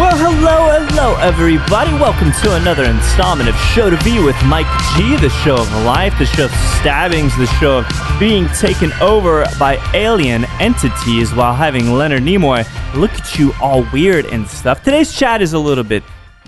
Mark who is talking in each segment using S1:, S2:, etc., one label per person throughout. S1: Well, hello, hello, everybody. Welcome to another installment of Show to Be with Mike G, the show of life, the show of stabbings, the show of being taken over by alien entities while having Leonard Nimoy look at you all weird and stuff. Today's chat is a little bit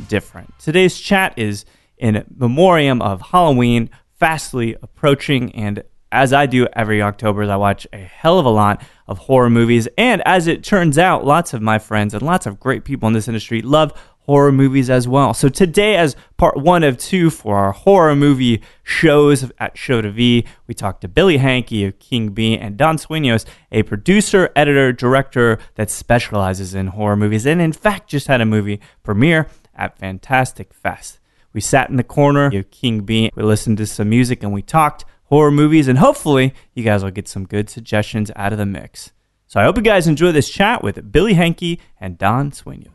S1: different. Today's chat is in memoriam of Halloween, fastly approaching, and as I do every October, is I watch a hell of a lot of horror movies. And as it turns out, lots of my friends and lots of great people in this industry love horror movies as well. So today, as part one of two for our horror movie shows at Show to V, we talked to Billy Hankey of King B and Don Sueños, a producer, editor, director that specializes in horror movies, and in fact just had a movie premiere at Fantastic Fest. We sat in the corner of King B. We listened to some music and we talked horror movies, and hopefully, you guys will get some good suggestions out of the mix. So I hope you guys enjoy this chat with Billy Henke and Don Sueños.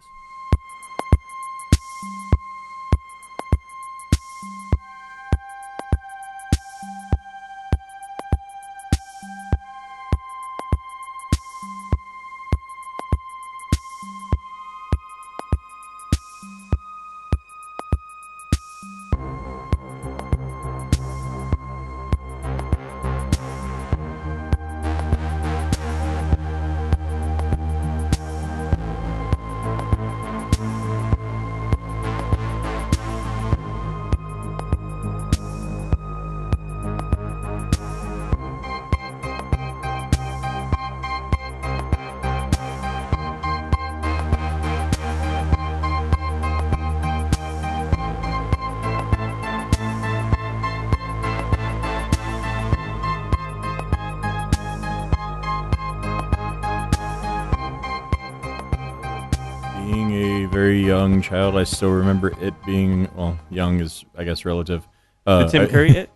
S2: Being a very young child, I still remember it being well, young is I guess relative. Uh,
S1: The Tim
S2: I-
S1: Curry it?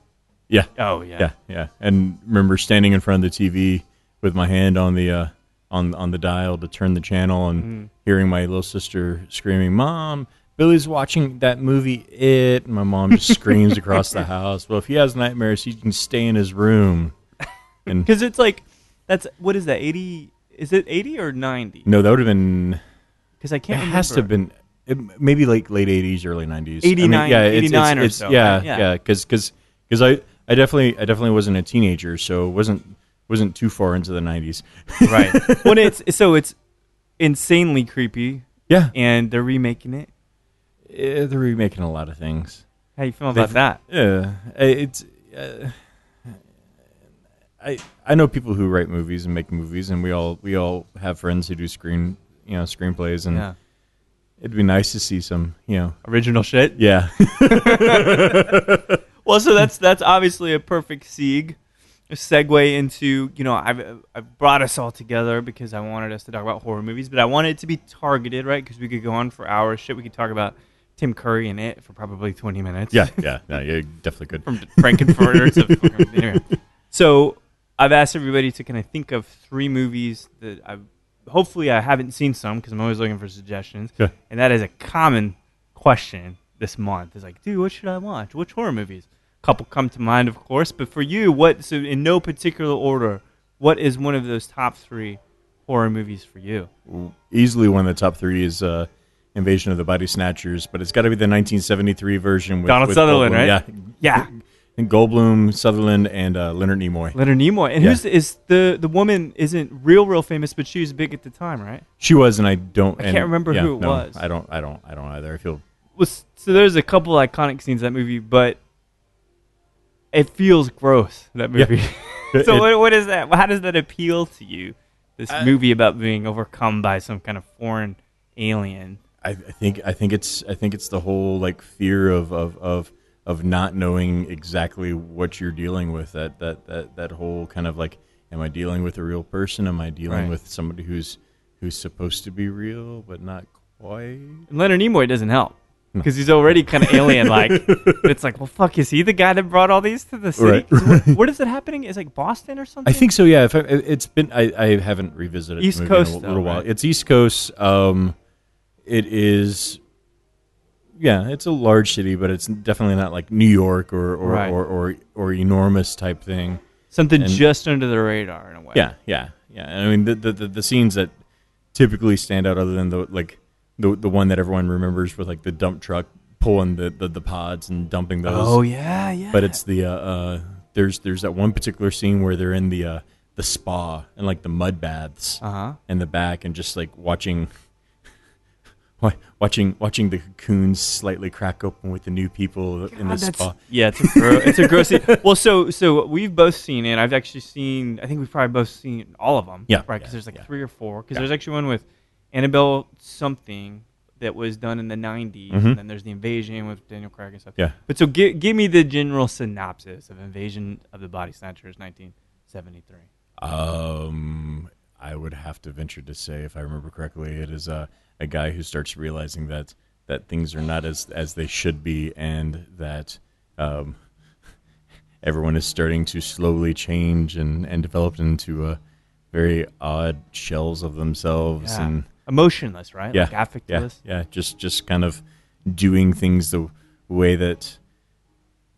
S2: yeah,
S1: Oh, yeah.
S2: yeah, yeah. And remember standing in front of the TV with my hand on the uh, on on the dial to turn the channel and
S1: Mm.
S2: hearing my little sister screaming, "Mom, Billy's watching that movie It." And my mom just screams across the house. Well, if he has nightmares, he can stay in his room. And
S1: Because it's like, that's, what is that, 80? Is it 80 or 90?
S2: no, that would have been
S1: Because I
S2: It
S1: can't
S2: has to have
S1: remember.
S2: been it, maybe like late eighties, early nineties.
S1: 89
S2: yeah, it's,
S1: 89
S2: it's,
S1: or
S2: it's-
S1: so,
S2: Yeah,
S1: right? Yeah.
S2: yeah, because because I I definitely I definitely wasn't a teenager, so wasn't wasn't too far into the nineties.
S1: Right. when it's, so it's insanely creepy,
S2: yeah,
S1: and they're remaking it.
S2: eh, they're remaking a lot of things.
S1: How you feel
S2: They've-
S1: about that?
S2: Yeah, eh, it's. Uh, I I know people who write movies and make movies, and we all we all have friends who do screen you know screenplays, and
S1: Yeah.
S2: it'd be nice to see some you know
S1: Original shit?
S2: yeah
S1: Well, so that's that's obviously a perfect seg segue into you know I've I've brought us all together because I wanted us to talk about horror movies, but I wanted it to be targeted, right? Because we could go on for hours. Shit, we could talk about Tim Curry and it for probably twenty minutes.
S2: yeah yeah no, you definitely could.
S1: from Frankenfurter to fucking- anyway. so I've asked everybody to kind of think of three movies that I've hopefully I haven't seen some because I'm always looking for suggestions,
S2: Yeah.
S1: and that is a common question this month. Is like, dude, what should I watch? Which horror movies? A couple come to mind, of course, but for you, what? So in no particular order, what is one of those top three horror movies for you?
S2: easily one of the top three is uh, Invasion of the Body Snatchers, but it's got to be the 1973 version with
S1: Donald
S2: with
S1: Sutherland,
S2: Goldblum.
S1: right?
S2: Yeah,
S1: Yeah,
S2: and Goldblum, Sutherland, and uh, Leonard Nimoy.
S1: Leonard Nimoy, and
S2: Yeah.
S1: who's is the the woman isn't real, real famous, but she was big at the time, right?
S2: She was, and I don't.
S1: I
S2: and-
S1: can't remember
S2: yeah,
S1: who it
S2: no,
S1: was.
S2: I don't. I don't. I don't either. I feel.
S1: was so there's a couple iconic scenes in that movie, but it feels gross that
S2: Yeah.
S1: movie.
S2: It-
S1: so what, what is that? How does that appeal to you? This
S2: I-
S1: movie about being overcome by some kind of foreign alien.
S2: I, I think. I think it's. I think it's the whole like fear of of of of not knowing exactly what you're dealing with. That that that that whole kind of like, am I dealing with a real person? Am I dealing
S1: Right.
S2: with somebody who's who's supposed to be real but not quite?
S1: And Leonard Nimoy doesn't help.
S2: Hmm.
S1: because he's already kind of alien like. it's like, well, fuck, is he the guy that brought all these to the city?
S2: Right,
S1: 'Cause what- what is it happening? Is it like Boston or
S2: I
S1: something?
S2: think so. Yeah, if I, it's been I, I haven't revisited the
S1: East
S2: movie in
S1: Coast,
S2: a
S1: though,
S2: little while.
S1: right?
S2: It's East Coast. Um, it is. Yeah, it's a large city, but it's definitely not like New York or or
S1: Right.
S2: or, or, or enormous type thing.
S1: something
S2: and-
S1: just under the radar in a way.
S2: Yeah, yeah, yeah. I mean, the the, the, the scenes that typically stand out, other than the like the the one that everyone remembers with like the dump truck pulling the the, the pods and dumping those.
S1: Oh yeah, yeah.
S2: But it's the uh, uh, there's there's that one particular scene where they're in the uh, the spa and like the mud baths
S1: uh huh.
S2: in the back and just like watching wa- watching watching the cocoons slightly crack open with the new people in the
S1: that's-
S2: spa.
S1: Yeah, it's a gro- it's a gross. e, Well, so so we've both seen it. I've actually seen. I think we've probably both seen all of them.
S2: Yeah,
S1: Right.
S2: yeah,
S1: Because there's like
S2: yeah.
S1: three or four. Because
S2: Yeah.
S1: there's actually one with Annabelle something that was done in the 90s,
S2: Mhm.
S1: and then there's the invasion with Daniel Craig and stuff.
S2: Yeah.
S1: But so gi- give me the general synopsis of Invasion of the Body Snatchers, 1973.
S2: Um, I would have to venture to say, if I remember correctly, it is a a guy who starts realizing that that things are not as as they should be, and that um, everyone is starting to slowly change and and develop into a very odd shells of themselves
S1: Yeah.
S2: and
S1: Ah, Emotionless, right?
S2: yeah,
S1: Like affectless.
S2: Yeah, yeah, just just kind of doing things the way that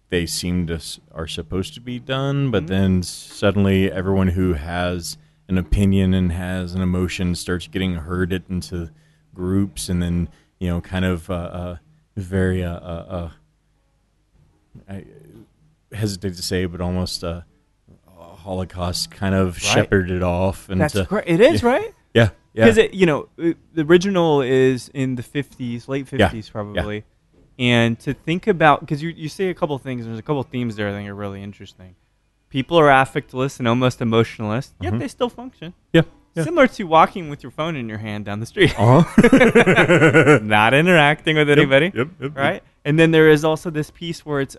S2: they seem to s- are supposed to be done,
S1: Mm-hmm.
S2: but then suddenly everyone who has an opinion and has an emotion starts getting herded into groups, and then you know, kind of uh, uh, very uh, uh, uh, I hesitate to say, but almost uh, Holocaust kind of shepherded off, and
S1: That's
S2: to-
S1: great. It is right.
S2: yeah, yeah,
S1: because it you know it, the original is in the 50s late 50s
S2: Yeah, yeah.
S1: probably and to think about because you, you say a couple things and there's a couple themes there i think are really interesting people are affectless and almost emotionless yet they still function
S2: yeah, yeah.
S1: similar to walking with your phone in your hand down the street
S2: Uh-huh.
S1: not interacting with anybody right? And then there is also this piece where it's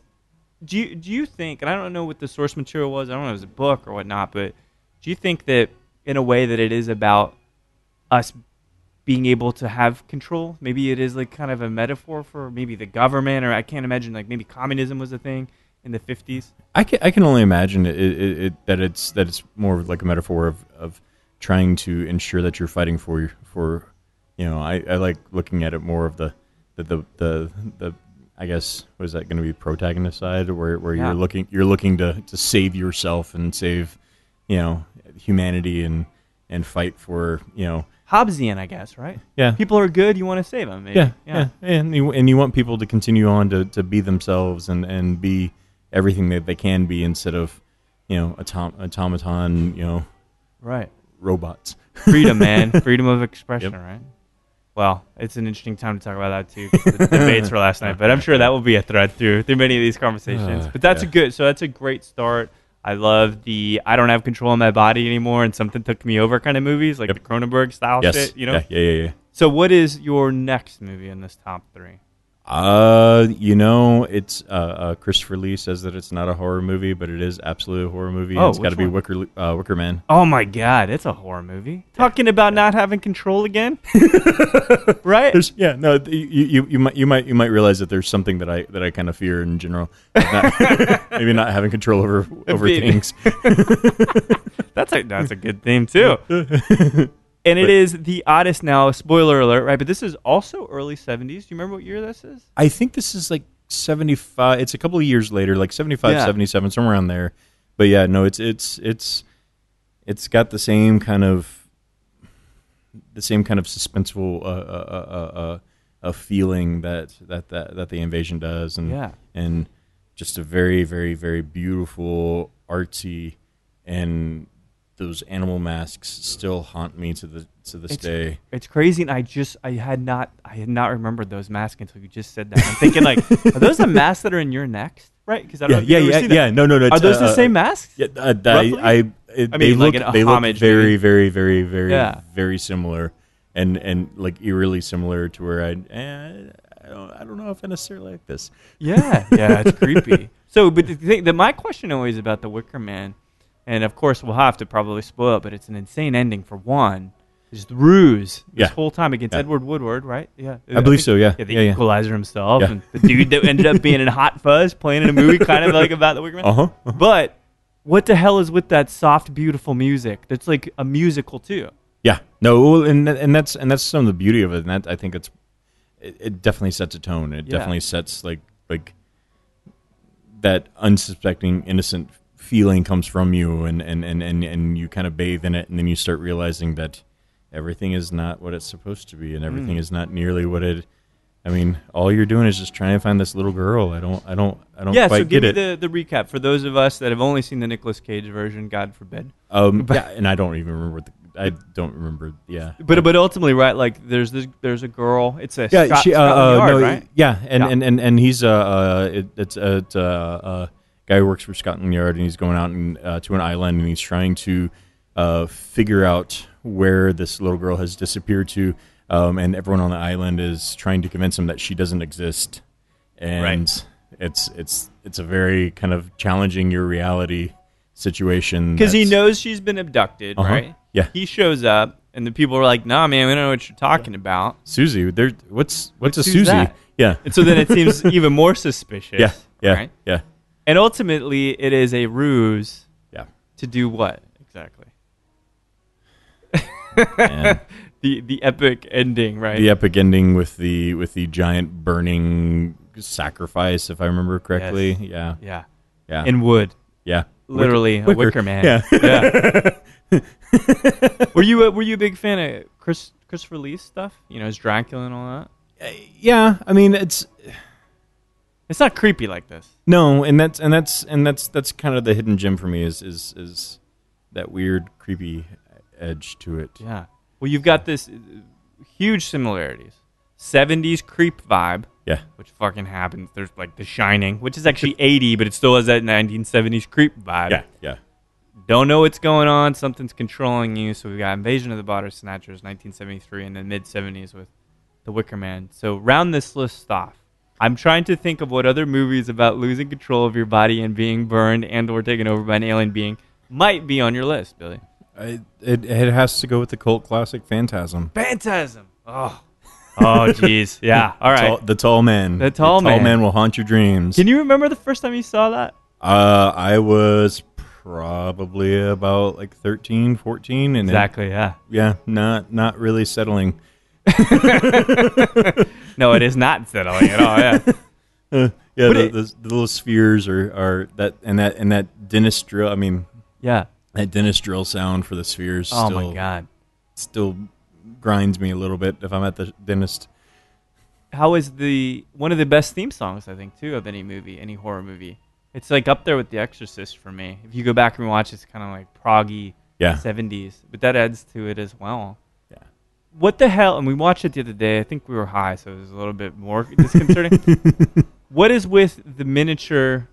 S1: do you, do you think and I don't know what the source material was, I don't know if it was a book or whatnot, but do you think that in a way that it is about us being able to have control? Maybe it is like kind of a metaphor for maybe the government or I can't imagine like maybe communism was a thing in the fifties.
S2: I can I can only imagine it, it, it that it's that it's more of like a metaphor of, of trying to ensure that you're fighting for your- for you know I, I like looking at it more of the the the the, the I guess was that going to be protagonist side where where
S1: Yeah.
S2: you're looking you're looking to to save yourself and save you know humanity and and fight for you know
S1: Hobbesian, I guess, right?
S2: yeah
S1: People are good, you want to save them. Maybe.
S2: yeah, yeah, and you and you want people to continue on to, to be themselves and, and be everything that they can be instead of you know autom- automaton you know
S1: Right.
S2: robots.
S1: freedom, man. Freedom of expression,
S2: Yep.
S1: right? Well, it's an interesting time to talk about that too. 'cause The debates were last night, but I'm sure that will be a thread through through many of these conversations.
S2: Uh,
S1: but that's
S2: yeah.
S1: a good. So that's a great start. I love the I don't have control of my body anymore, and something took me over kind of movies, like
S2: Yep.
S1: the Cronenberg style
S2: yes,
S1: shit. You know.
S2: yeah, yeah, yeah. yeah.
S1: So what is your next movie in this top three?
S2: Uh, you know, it's uh, uh, Christopher Lee says that it's not a horror movie, but it is absolutely a horror movie. and
S1: Oh,
S2: it's got to
S1: which
S2: be
S1: one?
S2: Wicker Le- uh, Wicker Man.
S1: Oh my god, it's a horror movie. Talking about not having control again, right?
S2: There's, yeah, no, th- you, you, you might you might you might realize that there's something that I that I kind of fear in general, Not- maybe not having control over over
S1: bit.
S2: things.
S1: That's a that's a good theme too. and it is the oddest now. Spoiler alert, right? But this is also early seventies. Do you remember what year this is?
S2: I think this is like 75 it's a couple of years later like 75
S1: Yeah.
S2: 77 somewhere around there but yeah no it's it's it's it's got the same kind of the same kind of suspenseful uh, uh, uh, uh, uh, uh, feeling that, that that that the invasion does and
S1: Yeah.
S2: and just a very very very beautiful artsy and those animal masks still haunt me to the to this
S1: It's-
S2: day
S1: It's crazy, and I just I had not I had not remembered those masks until you just said that. I'm thinking like, are those the masks that are in your next? Right? Because I
S2: yeah
S1: don't know
S2: yeah
S1: if you've
S2: yeah,
S1: ever seen that.
S2: yeah no no no
S1: Are
S2: it's,
S1: those
S2: uh,
S1: the
S2: uh,
S1: same masks?
S2: Yeah, uh, that- I,
S1: Roughly?
S2: I, it,
S1: I
S2: they
S1: mean,
S2: look
S1: like an- a
S2: they look
S1: homage,
S2: very,
S1: maybe.
S2: very, very, very,
S1: Yeah.
S2: very similar, and and like eerily similar to where I, eh, I don't, I don't know if I necessarily like this.
S1: Yeah, yeah, it's creepy. So, but the thing that my question always about the Wicker Man, and of course we'll have to probably spoil it, but it's an insane ending for one. Just ruse this
S2: Yeah.
S1: whole time against
S2: Yeah.
S1: Edward Woodward, right? Yeah,
S2: I believe so, yeah.
S1: Yeah, the
S2: Yeah, yeah.
S1: equalizer himself,
S2: Yeah.
S1: and the dude that ended up being in Hot Fuzz, playing in a movie, kind of like about the Wicker Man.
S2: Uh huh.
S1: But what the hell is with that soft, beautiful music? That's like a musical too.
S2: Yeah. No. well, And tha- and that's and that's some of the beauty of it. And that I think it's it, it definitely sets a tone. It
S1: Yeah.
S2: definitely sets like like that unsuspecting innocent feeling comes from you and and and and, and you kind of bathe in it and then you start realizing that everything is not what it's supposed to be and everything
S1: Mm.
S2: is not nearly what it I mean, all you're doing is just trying to find this little girl. I don't I don't I don't
S1: Yeah,
S2: quite
S1: so give
S2: get
S1: me
S2: it.
S1: the, the recap for those of us that have only seen the Nicolas Cage version. God forbid.
S2: um yeah, and I don't even remember what the, I don't remember yeah.
S1: But but ultimately, right? Like there's this there's a girl. It's a
S2: Yeah,
S1: Scot-
S2: she, uh,
S1: Scotland
S2: uh,
S1: Yard,
S2: no,
S1: right?
S2: yeah, and,
S1: Yeah.
S2: and and and he's uh, uh it, it's a it's, uh, uh, guy who works for Scotland Yard, and he's going out and, uh, to an island, and he's trying to uh, figure out where this little girl has disappeared to, um, and everyone on the island is trying to convince him that she doesn't exist, and it's it's it's a very kind of challenging your reality situation
S1: because he
S2: that's-
S1: knows she's been abducted,
S2: Uh-huh.
S1: right?
S2: Yeah.
S1: He shows up, and the people are like, "Nah, man, we don't know what you're talking about."
S2: Susie. There, what's what's a
S1: Who's
S2: Susie?
S1: that?
S2: Yeah,
S1: And so then it seems even more suspicious.
S2: yeah, yeah,
S1: Right?
S2: yeah,
S1: And ultimately, it is a ruse
S2: yeah.
S1: to do what exactly?
S2: And-
S1: The the epic ending, right?
S2: the epic ending with the with the giant burning sacrifice, if I remember correctly.
S1: Yes.
S2: Yeah,
S1: Yeah.
S2: yeah,
S1: In wood,
S2: yeah.
S1: literally a wicker man.
S2: Yeah.
S1: Yeah. were you a, were you a big fan of Chris Christopher Lee's stuff? You know, his Dracula and all that.
S2: yeah. I mean, it's
S1: It's not creepy like this.
S2: no, and that's and that's and that's that's kind of the hidden gem for me is is is that weird creepy edge to it.
S1: Yeah. Well, you've got this uh, huge similarities. 70s creep vibe,
S2: Yeah,
S1: which fucking happens. There's like The Shining, which is actually 80, but it still has that 1970s creep vibe.
S2: yeah, yeah.
S1: Don't know what's going on. Something's controlling you. So we've got Invasion of the Body Snatchers, 1973, and then mid 70s with The Wicker Man. So round this list off. I'm trying to think of what other movies about losing control of your body and being burned and/or taken over by an alien being might be on your list, Billy.
S2: I, it it has to go with the cult classic Phantasm.
S1: Phantasm. Oh. Oh, jeez. Yeah. All right.
S2: Tall- the tall man.
S1: The Tall
S2: Tall
S1: Man.
S2: man will haunt your dreams.
S1: Can you remember the first time you saw that?
S2: Uh, I was probably about like 13, 14 and it-
S1: Yeah.
S2: yeah, not not really settling.
S1: No, it is not settling at all. Yeah.
S2: Yeah,
S1: But
S2: the,
S1: it-
S2: the, the little spheres are, are that and that and that dentist drill. I mean,
S1: Yeah.
S2: that dentist drill sound for the spheres.
S1: Oh
S2: still,
S1: my god.
S2: Still grinds me a little bit if I'm at the dentist.
S1: How is the one of the best theme songs I think too of any movie, any horror movie. It's like up there with The Exorcist for me. If you go back and watch, it's kind of like proggy
S2: Yeah,
S1: 70s, but that adds to it as well.
S2: Yeah.
S1: What the hell? And we watched it the other day. I think we were high, so it was a little bit more disconcerting. what is with the miniature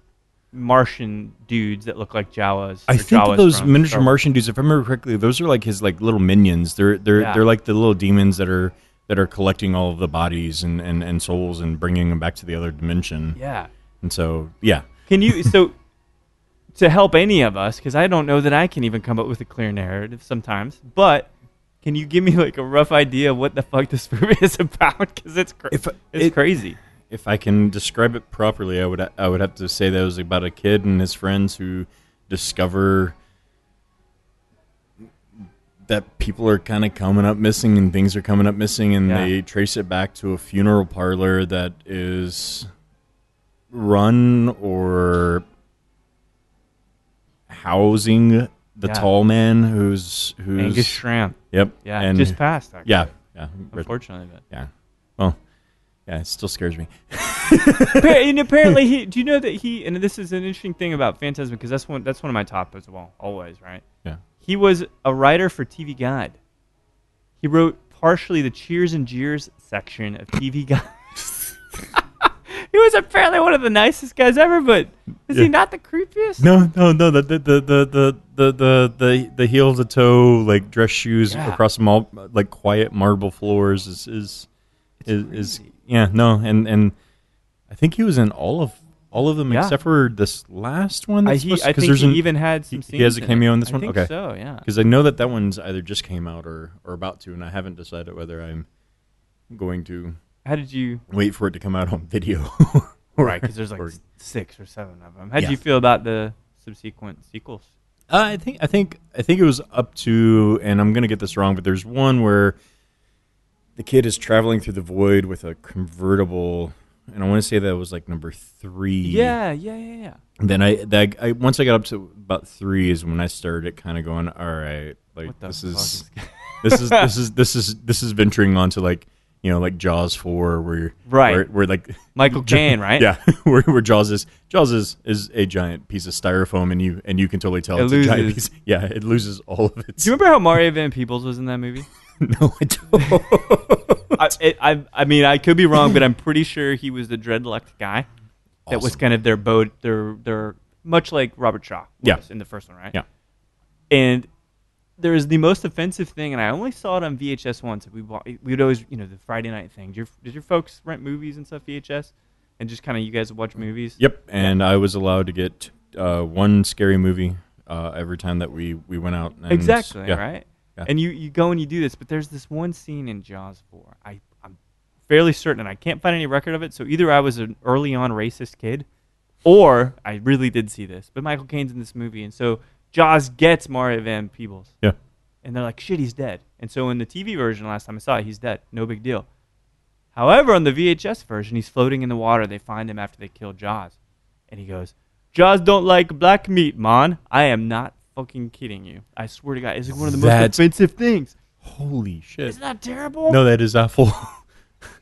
S1: Martian dudes that look like Jawas?
S2: I
S1: or
S2: think that
S1: Jawas
S2: those
S1: from Star
S2: miniature
S1: Wars?
S2: Martian dudes, if I remember correctly, those are like his like little minions. They're they're
S1: Yeah.
S2: they're like the little demons that are that are collecting all of the bodies and, and, and souls and bringing them back to the other dimension.
S1: Yeah.
S2: And so, yeah,
S1: Can you so to help any of us because I don't know that I can even come up with a clear narrative sometimes, but can you give me like a rough idea of what the fuck this movie is about? Because it's cra-
S2: If- uh,
S1: it's
S2: it-
S1: crazy.
S2: if I can describe it properly, I would I would have to say that it was about a kid and his friends who discover that people are kind of coming up missing and things are coming up missing, and
S1: Yeah.
S2: they trace it back to a funeral parlor that is run or housing the
S1: Yeah.
S2: tall man who's who's
S1: Angus Shrimp.
S2: yep
S1: Yeah,
S2: and
S1: just passed. Actually.
S2: yeah yeah Rich-
S1: unfortunately. But.
S2: yeah well yeah it still scares me
S1: Appar- and apparently he do you know that he and this is an interesting thing about Phantasm because that's one that's one of my top as well always right
S2: yeah.
S1: he was a writer for TV Guide he wrote partially the cheers and jeers section of TV Guide he was apparently one of the nicest guys ever but is he
S2: Yeah.
S1: not the creepiest
S2: No, no, no. The the the the the the the, the, the heel to toe like dress shoes
S1: Yeah.
S2: across mall like quiet marble floors is is is, is yeah no and and I think he was in all of All of them
S1: Yeah.
S2: except for this last one.
S1: I,
S2: That's
S1: he,
S2: supposed to-
S1: I
S2: 'cause
S1: think
S2: there's
S1: he
S2: an,
S1: even had
S2: he-
S1: some.
S2: he has a
S1: scenes in it.
S2: cameo in this
S1: I
S2: one?
S1: think
S2: Okay.
S1: So yeah.
S2: because I know that that one's either just came out or or about to, and I haven't decided whether I'm going to
S1: How did you?
S2: wait for it to come out on video.
S1: Right, because there's like
S2: Or-
S1: s- six or seven of them. How did
S2: Yeah.
S1: you feel about the subsequent sequels?
S2: Uh, I think I think I think it was up to, and I'm gonna get this wrong, but there's one where the kid is traveling through the void with a convertible, and I want to say that was like number three.
S1: Yeah, yeah, yeah, yeah.
S2: Then I that I once I got up to about three is when I started kind of going, all right, like
S1: What the
S2: this
S1: fuck
S2: is
S1: is-
S2: this is this is this is this is venturing onto like you know like Jaws four where you're-
S1: Right.
S2: where, where like
S1: Michael Caine, right?
S2: yeah where, where Jaws is Jaws is, is a giant piece of styrofoam and you and you can totally tell
S1: It
S2: it's a giant
S1: loses.
S2: piece yeah it loses all of its
S1: Do you remember how Mario Van Peebles was in that movie?
S2: no I don't
S1: I, it, I, I mean, I could be wrong, but I'm pretty sure he was the dreadlocked guy that was
S2: Awesome.
S1: kind of their boat, their their much like Robert Shaw was
S2: Yeah.
S1: in the first one, right?
S2: Yeah.
S1: And there is the most offensive thing, and I only saw it on VHS once. We wa- we'd always, you know, the Friday night thing. Did your, did your folks rent movies and stuff VHS, and just kind of you guys would watch movies?
S2: yep and I was allowed to get uh, one scary movie uh, every time that we we went out and
S1: Exactly,
S2: yeah.
S1: right?
S2: Yeah.
S1: And you, you go and you do this, but there's this one scene in Jaws 4. I, I'm fairly certain, and I can't find any record of it. So either I was an early on racist kid, or I really did see this. But Michael Caine's in this movie, and so Jaws gets Mario Van Peebles,
S2: yeah
S1: and they're like, shit, he's dead. And so in the TV version, last time I saw it, he's dead. No big deal. However, on the VHS version, he's floating in the water. They find him after they kill Jaws. And he goes, Jaws don't like black meat, man. I am not fucking kidding you. I swear to God. It's like one of the
S2: That's-
S1: most offensive things.
S2: holy shit
S1: Isn't that terrible?
S2: no that is awful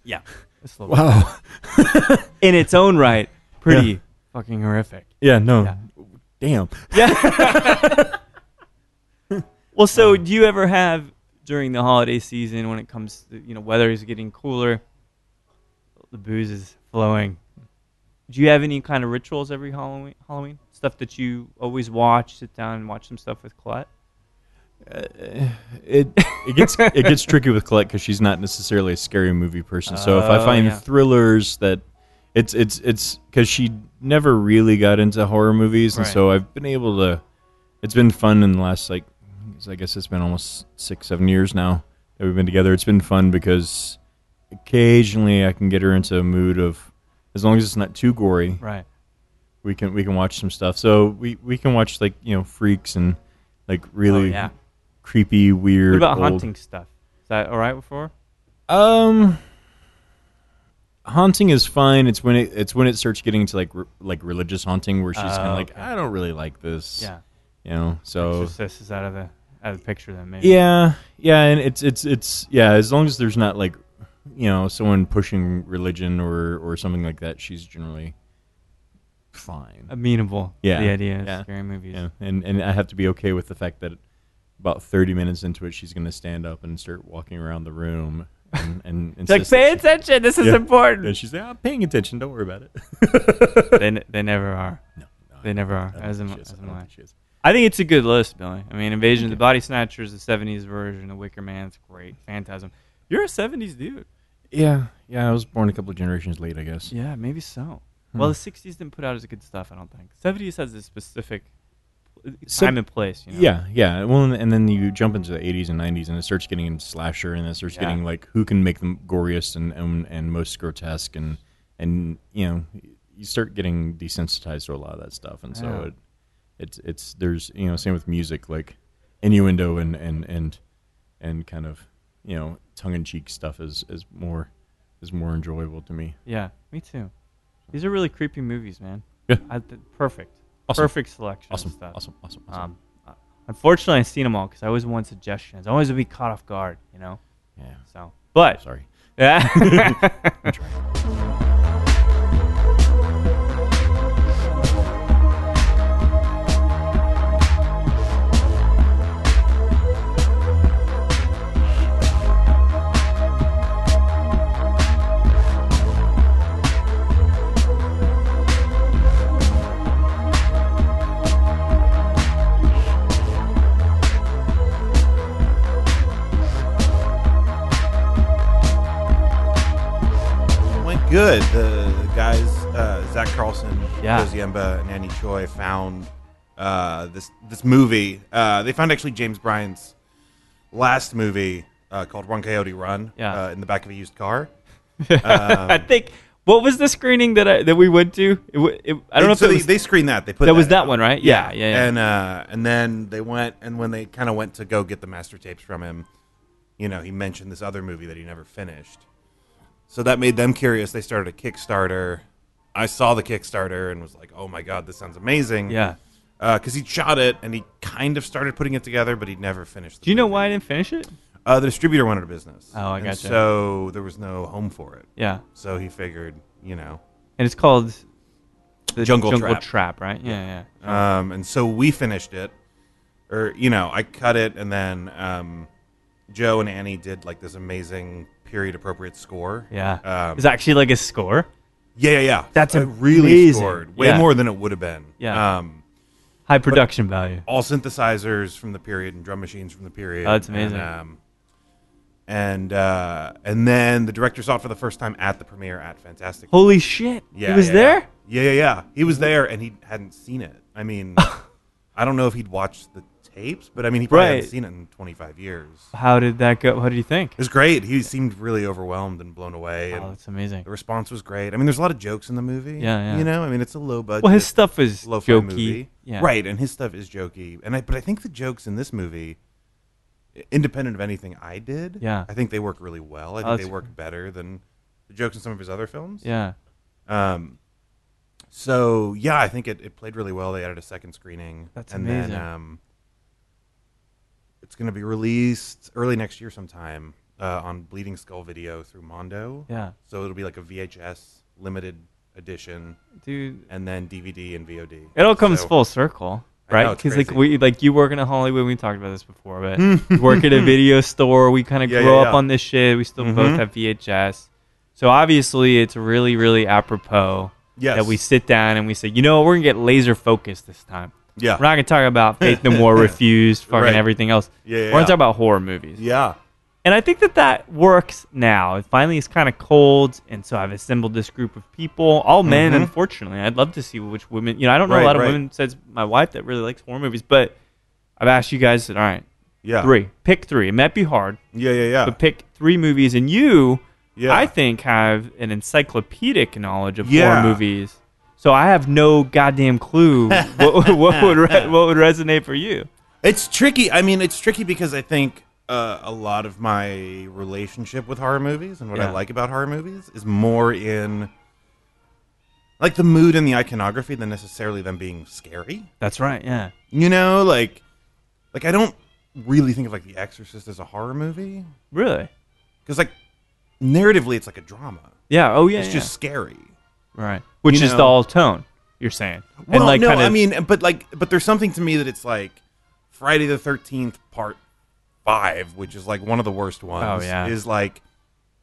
S1: Yeah. It's a little-
S2: wow
S1: In its own right, pretty fucking horrific.
S2: yeah no
S1: Yeah.
S2: damn
S1: Well, so do you ever have during the holiday season when it comes to, you know, weather is getting cooler, the booze is flowing. Do you have any kind of rituals every Halloween? Halloween stuff that you always watch, sit down and watch some stuff with Colette.
S2: it it gets it gets tricky with Colette because she's not necessarily a scary movie person. So if I
S1: Oh,
S2: find
S1: yeah.
S2: thrillers that it's it's it's because she never really got into horror movies, and
S1: Right.
S2: so I've been able to. It's been fun in the last like, I guess it's been almost six seven years now that we've been together. It's been fun because occasionally I can get her into a mood of, as long as it's not too gory,
S1: Right.
S2: we can we can watch some stuff. So we we can watch like you know freaks and like really.
S1: Oh, yeah.
S2: Creepy, weird.
S1: What about
S2: old-
S1: haunting stuff? Is that all right before?
S2: Um, haunting is fine. It's when it it's when it starts getting into like re- like religious haunting where she's kind
S1: Oh,
S2: of like,
S1: okay.
S2: I don't really like this.
S1: Yeah.
S2: you know. So
S1: Exorcist is out of the out of the picture then maybe.
S2: yeah, yeah, and it's it's it's yeah. As long as there's not like you know someone pushing religion or or something like that, she's generally fine.
S1: Amenable. to
S2: Yeah.
S1: The idea of
S2: Yeah.
S1: scary movies.
S2: yeah, and and I have to be okay with the fact that about thirty minutes into it, she's gonna stand up and start walking around the room and and
S1: It's like
S2: insist that
S1: pay
S2: she-
S1: attention. This is
S2: Yeah.
S1: important.
S2: And she's like, I'm paying attention. Don't worry about it.
S1: they, n- they never are.
S2: No, no,
S1: They never are.
S2: I don't
S1: As
S2: think
S1: am,
S2: she is.
S1: as
S2: I
S1: am
S2: don't
S1: I.
S2: think she is.
S1: I think it's a good list, Billy. I mean, Invasion of the Body Snatchers, the '70s version, The Wicker Man's great, Phantasm. You're a '70s dude.
S2: Yeah, yeah. I was born a couple of generations late, I guess.
S1: Yeah, maybe so. Hmm. Well, the '60s didn't put out as good stuff, I don't think. '70s has a specific uh,
S2: So-
S1: time and place. You know?
S2: Yeah, yeah. Well, and, and then you jump into the 80s and 90s, and it starts getting into slasher, and it starts
S1: Yeah.
S2: getting like who can make them goriest and, and and most grotesque, and and you know, you start getting desensitized to a lot of that stuff, and so
S1: Yeah.
S2: it, it's it's there's you know same with music like innuendo and and and and kind of you know tongue in cheek stuff is is more is more enjoyable to me.
S1: yeah, me too. These are really creepy movies, man.
S2: Yeah.
S1: I, th- perfect,
S2: Awesome.
S1: perfect selection. of
S2: Awesome,
S1: stuff.
S2: awesome, awesome, awesome.
S1: Um, uh, unfortunately, I've seen them all because I always want suggestions. I always would be caught off guard, you know.
S2: yeah,
S1: So, but
S2: sorry.
S3: guys, uh, Zach Carlson,
S1: Yeah.
S3: Josie Emba, and Annie Choi found uh, this this movie. Uh, they found actually James Bryan's last movie uh, called One Coyote Run
S1: Yeah.
S3: uh, in the back of a used car.
S1: I
S3: Um,
S1: think what was the screening that I, that we went to? It, wa- it, I don't know if
S3: so
S1: it
S3: they,
S1: was,
S3: they screened that. They put
S1: that was that
S3: out.
S1: one, right? Yeah, yeah, yeah.
S3: And uh, and then they went, and when they kind of went to go get the master tapes from him, you know, he mentioned this other movie that he never finished. So that made them curious. They started a Kickstarter. I saw the Kickstarter and was like, "Oh my god, this sounds amazing!"
S1: yeah.
S3: because he shot it and he kind of started putting it together, but he never finished. The
S1: Do you know
S3: movie.
S1: why I didn't finish it?
S3: Uh, the distributor went out of business.
S1: Oh, I
S3: And
S1: gotcha.
S3: So there was no home for it.
S1: Yeah,
S3: So he figured, you know,
S1: and it's called the
S3: Jungle Trap.
S1: right? Yeah, yeah.
S3: Um, and so we finished it, or you know, I cut it, and then um, Joe and Annie did like this amazing period appropriate score.
S1: Yeah.
S3: Um,
S1: it's actually like a score.
S3: yeah, yeah, yeah.
S1: That's
S3: I really
S1: amazing.
S3: scored way
S1: Yeah.
S3: more than it would have been.
S1: Yeah.
S3: Um,
S1: High production value.
S3: all synthesizers from the period and drum machines from the period.
S1: Oh, that's amazing.
S3: And, um, and uh, and then the director saw it for the first time at the premiere at Fantastic.
S1: Holy shit.
S3: Yeah,
S1: he was
S3: yeah,
S1: there?
S3: Yeah. yeah, yeah, yeah. He was there, and he hadn't seen it. I mean, I don't know if he'd watched the tapes, but I mean, he probably
S1: Right.
S3: hadn't seen it in 25 years. It
S1: How did that go? What do you think?
S3: was great. He seemed really overwhelmed and blown away, and
S1: Oh, that's amazing.
S3: the response was great. I mean, there's a lot of jokes in the movie.
S1: Yeah, yeah.
S3: You know, I mean, it's a low budget.
S1: Well, his stuff is
S3: lo-fi
S1: jokey.
S3: movie.
S1: Yeah.
S3: Right, and his stuff is jokey. And I but I think the jokes in this movie independent of anything I did,
S1: Yeah. Oh,
S3: I think they work really well. I think
S1: that's-
S3: they work better than the jokes in some of his other films.
S1: Yeah.
S3: Um so yeah, I think it, it played really well. They added a second screening.
S1: That's
S3: and
S1: amazing.
S3: then um it's going to be released early next year sometime uh, on Bleeding Skull Video through Mondo.
S1: Yeah.
S3: So it'll be like a VHS limited edition
S1: Dude,
S3: and then DVD and VOD.
S1: it all comes
S3: So-
S1: full circle,
S3: I
S1: right?
S3: know, it's
S1: Because like
S3: crazy.
S1: we like you working at Hollywood, we talked about this before, but you work at a video store. We kind of
S3: Yeah,
S1: grow
S3: yeah, Mm-hmm.
S1: up
S3: yeah.
S1: on this shit. We still both have VHS, so obviously it's really really apropos
S3: Yes.
S1: that we sit down and we say, you know, what? we're gonna get laser focused this time.
S3: Yeah.
S1: We're not gonna talk about Faith No More, Refused, fucking
S3: Right.
S1: everything else.
S3: Yeah, yeah,
S1: We're gonna
S3: yeah.
S1: talk about horror movies.
S3: Yeah.
S1: And I think that that works now. It finally is kind of cold, and so I've assembled this group of people, all men, unfortunately. I'd love to see which women. You know, I don't know a
S3: Mm-hmm. Right,
S1: lot of
S3: right.
S1: women besides my wife that really likes horror movies, but I've asked you guys. All right,
S3: Yeah.
S1: three. Pick three. It might be hard,
S3: Yeah, yeah, yeah.
S1: but pick three movies, and you,
S3: Yeah.
S1: I think, have an encyclopedic knowledge of
S3: Yeah.
S1: horror movies. So I have no goddamn clue what, what would re- what would resonate for you.
S3: it's tricky. I mean, it's tricky because I think uh, a lot of my relationship with horror movies and what
S1: Yeah.
S3: I like about horror movies is more in like the mood and the iconography than necessarily them being scary.
S1: That's right. Yeah.
S3: You know, like like I don't really think of like The Exorcist as a horror movie
S1: Really.
S3: because like narratively it's like a drama.
S1: Yeah. Oh yeah.
S3: It's
S1: yeah.
S3: just scary.
S1: Right. Which
S3: You
S1: is the
S3: know-
S1: all tone, you're saying.
S3: Well, no,
S1: kinda-
S3: I mean, but like, but there's something to me that it's like Friday the Thirteenth Part Five, which is like one of the worst ones.
S1: Oh, yeah.
S3: is like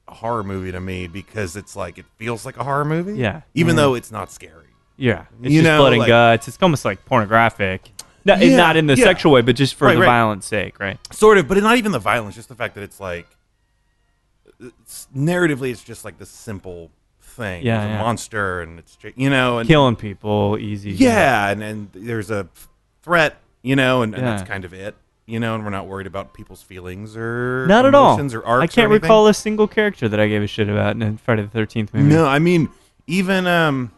S3: a horror movie to me because it's like it feels like a horror movie.
S1: Yeah. Mm-hmm.
S3: even though it's not scary.
S1: yeah. It's
S3: you
S1: just
S3: know,
S1: blood and
S3: like-
S1: guts. It's almost like pornographic. No, it's
S3: Yeah,
S1: not in the
S3: yeah.
S1: sexual way, but just for
S3: Right,
S1: the
S3: right.
S1: violence sake, right?
S3: Sort of, but not even the violence. Just the fact that it's like it's, narratively, it's just like this simple thing.
S1: Yeah,
S3: There's
S1: yeah.
S3: a monster, and it's you know, and
S1: Killing people, easy.
S3: yeah, and and there's a threat, you know, and, and
S1: Yeah.
S3: that's kind of it, you know, and we're not worried about people's feelings or
S1: Not at all.
S3: emotions or
S1: I
S3: arcs or
S1: can't
S3: anything.
S1: recall a single character that I gave a shit about in a Friday the Thirteenth movie.
S3: No, I mean even um,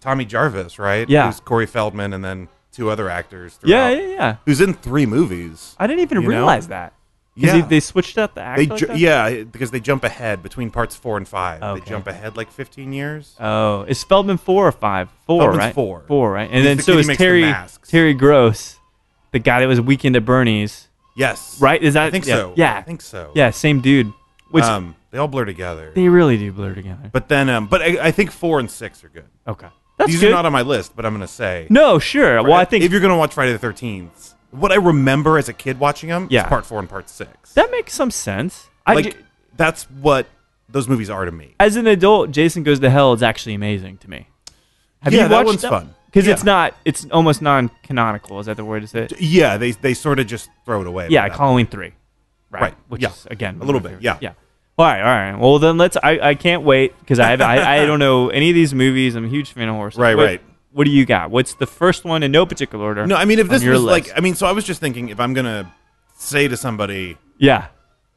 S3: Tommy Jarvis, right?
S1: Yeah.
S3: who's Corey Feldman, and then two other actors. Throughout,
S1: Yeah, yeah, yeah.
S3: who's in three movies.
S1: I didn't even
S3: You know?
S1: realize that. 'Cause
S3: Yeah.
S1: They, they switched out the act.
S3: They
S1: like
S3: ju-
S1: that?
S3: yeah, because they jump ahead between parts four and five.
S1: Okay.
S3: They jump ahead like fifteen years.
S1: Oh, is Feldman four or five? Four,
S3: Feldman's
S1: right?
S3: four.
S1: Four, right? And
S3: He's
S1: then
S3: the
S1: so
S3: kid who
S1: is
S3: makes the
S1: Terry
S3: masks.
S1: Terry Gross, the guy that was Weekend at Bernie's,
S3: yes,
S1: right? Is that
S3: I think
S1: yeah,
S3: so.
S1: Yeah,
S3: I think so.
S1: Yeah, same dude. Which
S3: um, they all blur together.
S1: They really do blur together.
S3: But then, um, but I, I think four and six are good.
S1: Okay, that's
S3: These
S1: good.
S3: are not on my list, but I'm gonna say.
S1: no, sure. Well, I think
S3: if you're gonna watch Friday the Thirteenth, what I remember as a kid watching them
S1: Yeah.
S3: is part four and part six.
S1: that makes some sense. I
S3: like
S1: ju-
S3: that's what those movies are to me.
S1: as an adult, Jason Goes to Hell is actually amazing to me. Have
S3: Yeah,
S1: you
S3: that
S1: watched
S3: one's fun.
S1: because
S3: Yeah.
S1: it's not. It's almost non-canonical. Is that the word? Is it?
S3: Yeah, they they sort of just throw it away.
S1: Yeah,
S3: with that.
S1: Halloween three. Right.
S3: Right,
S1: Which
S3: yeah.
S1: is again
S3: A little
S1: my
S3: bit,
S1: favorite.
S3: yeah.
S1: Yeah. All right, all right. Well, then let's. I, I can't wait because I, I I don't know any of these movies. I'm a huge fan of horror. stuff.
S3: Right,
S1: What-
S3: right.
S1: What do you got? What's the first one in no particular order?
S3: No, I mean if
S1: on
S3: this
S1: your
S3: was
S1: list?
S3: like I mean, so I was just thinking if I'm gonna say to somebody
S1: yeah,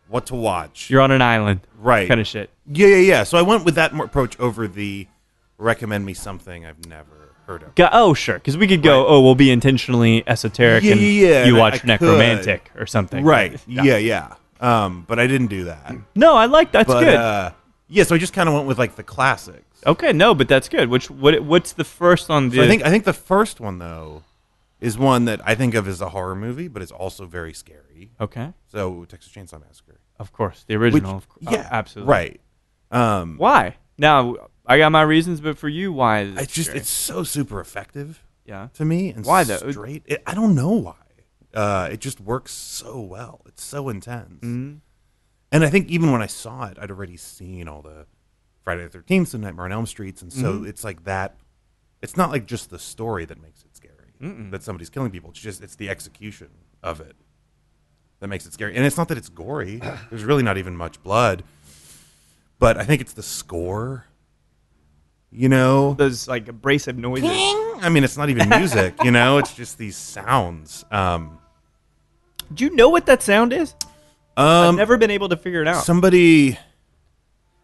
S3: what to watch.
S1: you're on an island,
S3: right.
S1: kind of shit.
S3: Yeah, yeah, yeah. So I went with that more approach over the recommend me something I've never heard of.
S1: Go, oh, sure, because we could go.
S3: Right.
S1: Oh, we'll be intentionally esoteric,
S3: Yeah,
S1: and
S3: yeah, yeah,
S1: you
S3: and I- I
S1: watch
S3: could.
S1: Necromantic or something.
S3: Right. Yeah, yeah. Um, but I didn't do that.
S1: No, I like that's
S3: But
S1: good.
S3: uh yeah, so I just kind of went with like the classics.
S1: okay, no, but that's good. Which what what's the first on the?
S3: So I think I think the first one though is one that I think of as a horror movie, but it's also very scary.
S1: okay,
S3: So Texas Chainsaw Massacre.
S1: of course, the original. of cour-
S3: yeah,
S1: uh, absolutely.
S3: Right. Um,
S1: Why? Now I got my reasons, but for you, why? Is it
S3: it's just
S1: scary?
S3: it's so super effective
S1: yeah.
S3: to me. And
S1: Why, though?
S3: Straight. It, I don't know why. Uh, it just works so well. It's so intense.
S1: Mm-hmm.
S3: And I think even when I saw it, I'd already seen all the Friday the Thirteenth and Nightmare on Elm Streets, and so
S1: Mm-hmm.
S3: it's like that. It's not like just the story that makes it scary that somebody's killing people. It's just it's the execution of it that makes it scary. And it's not that it's gory. There's really not even much blood, but I think it's the score. You know,
S4: Those like abrasive noises.
S3: I mean, it's not even music, you know. It's just these sounds. Um,
S1: Do you know what that sound is?
S3: um,
S1: Never been able to figure it out.
S3: somebody,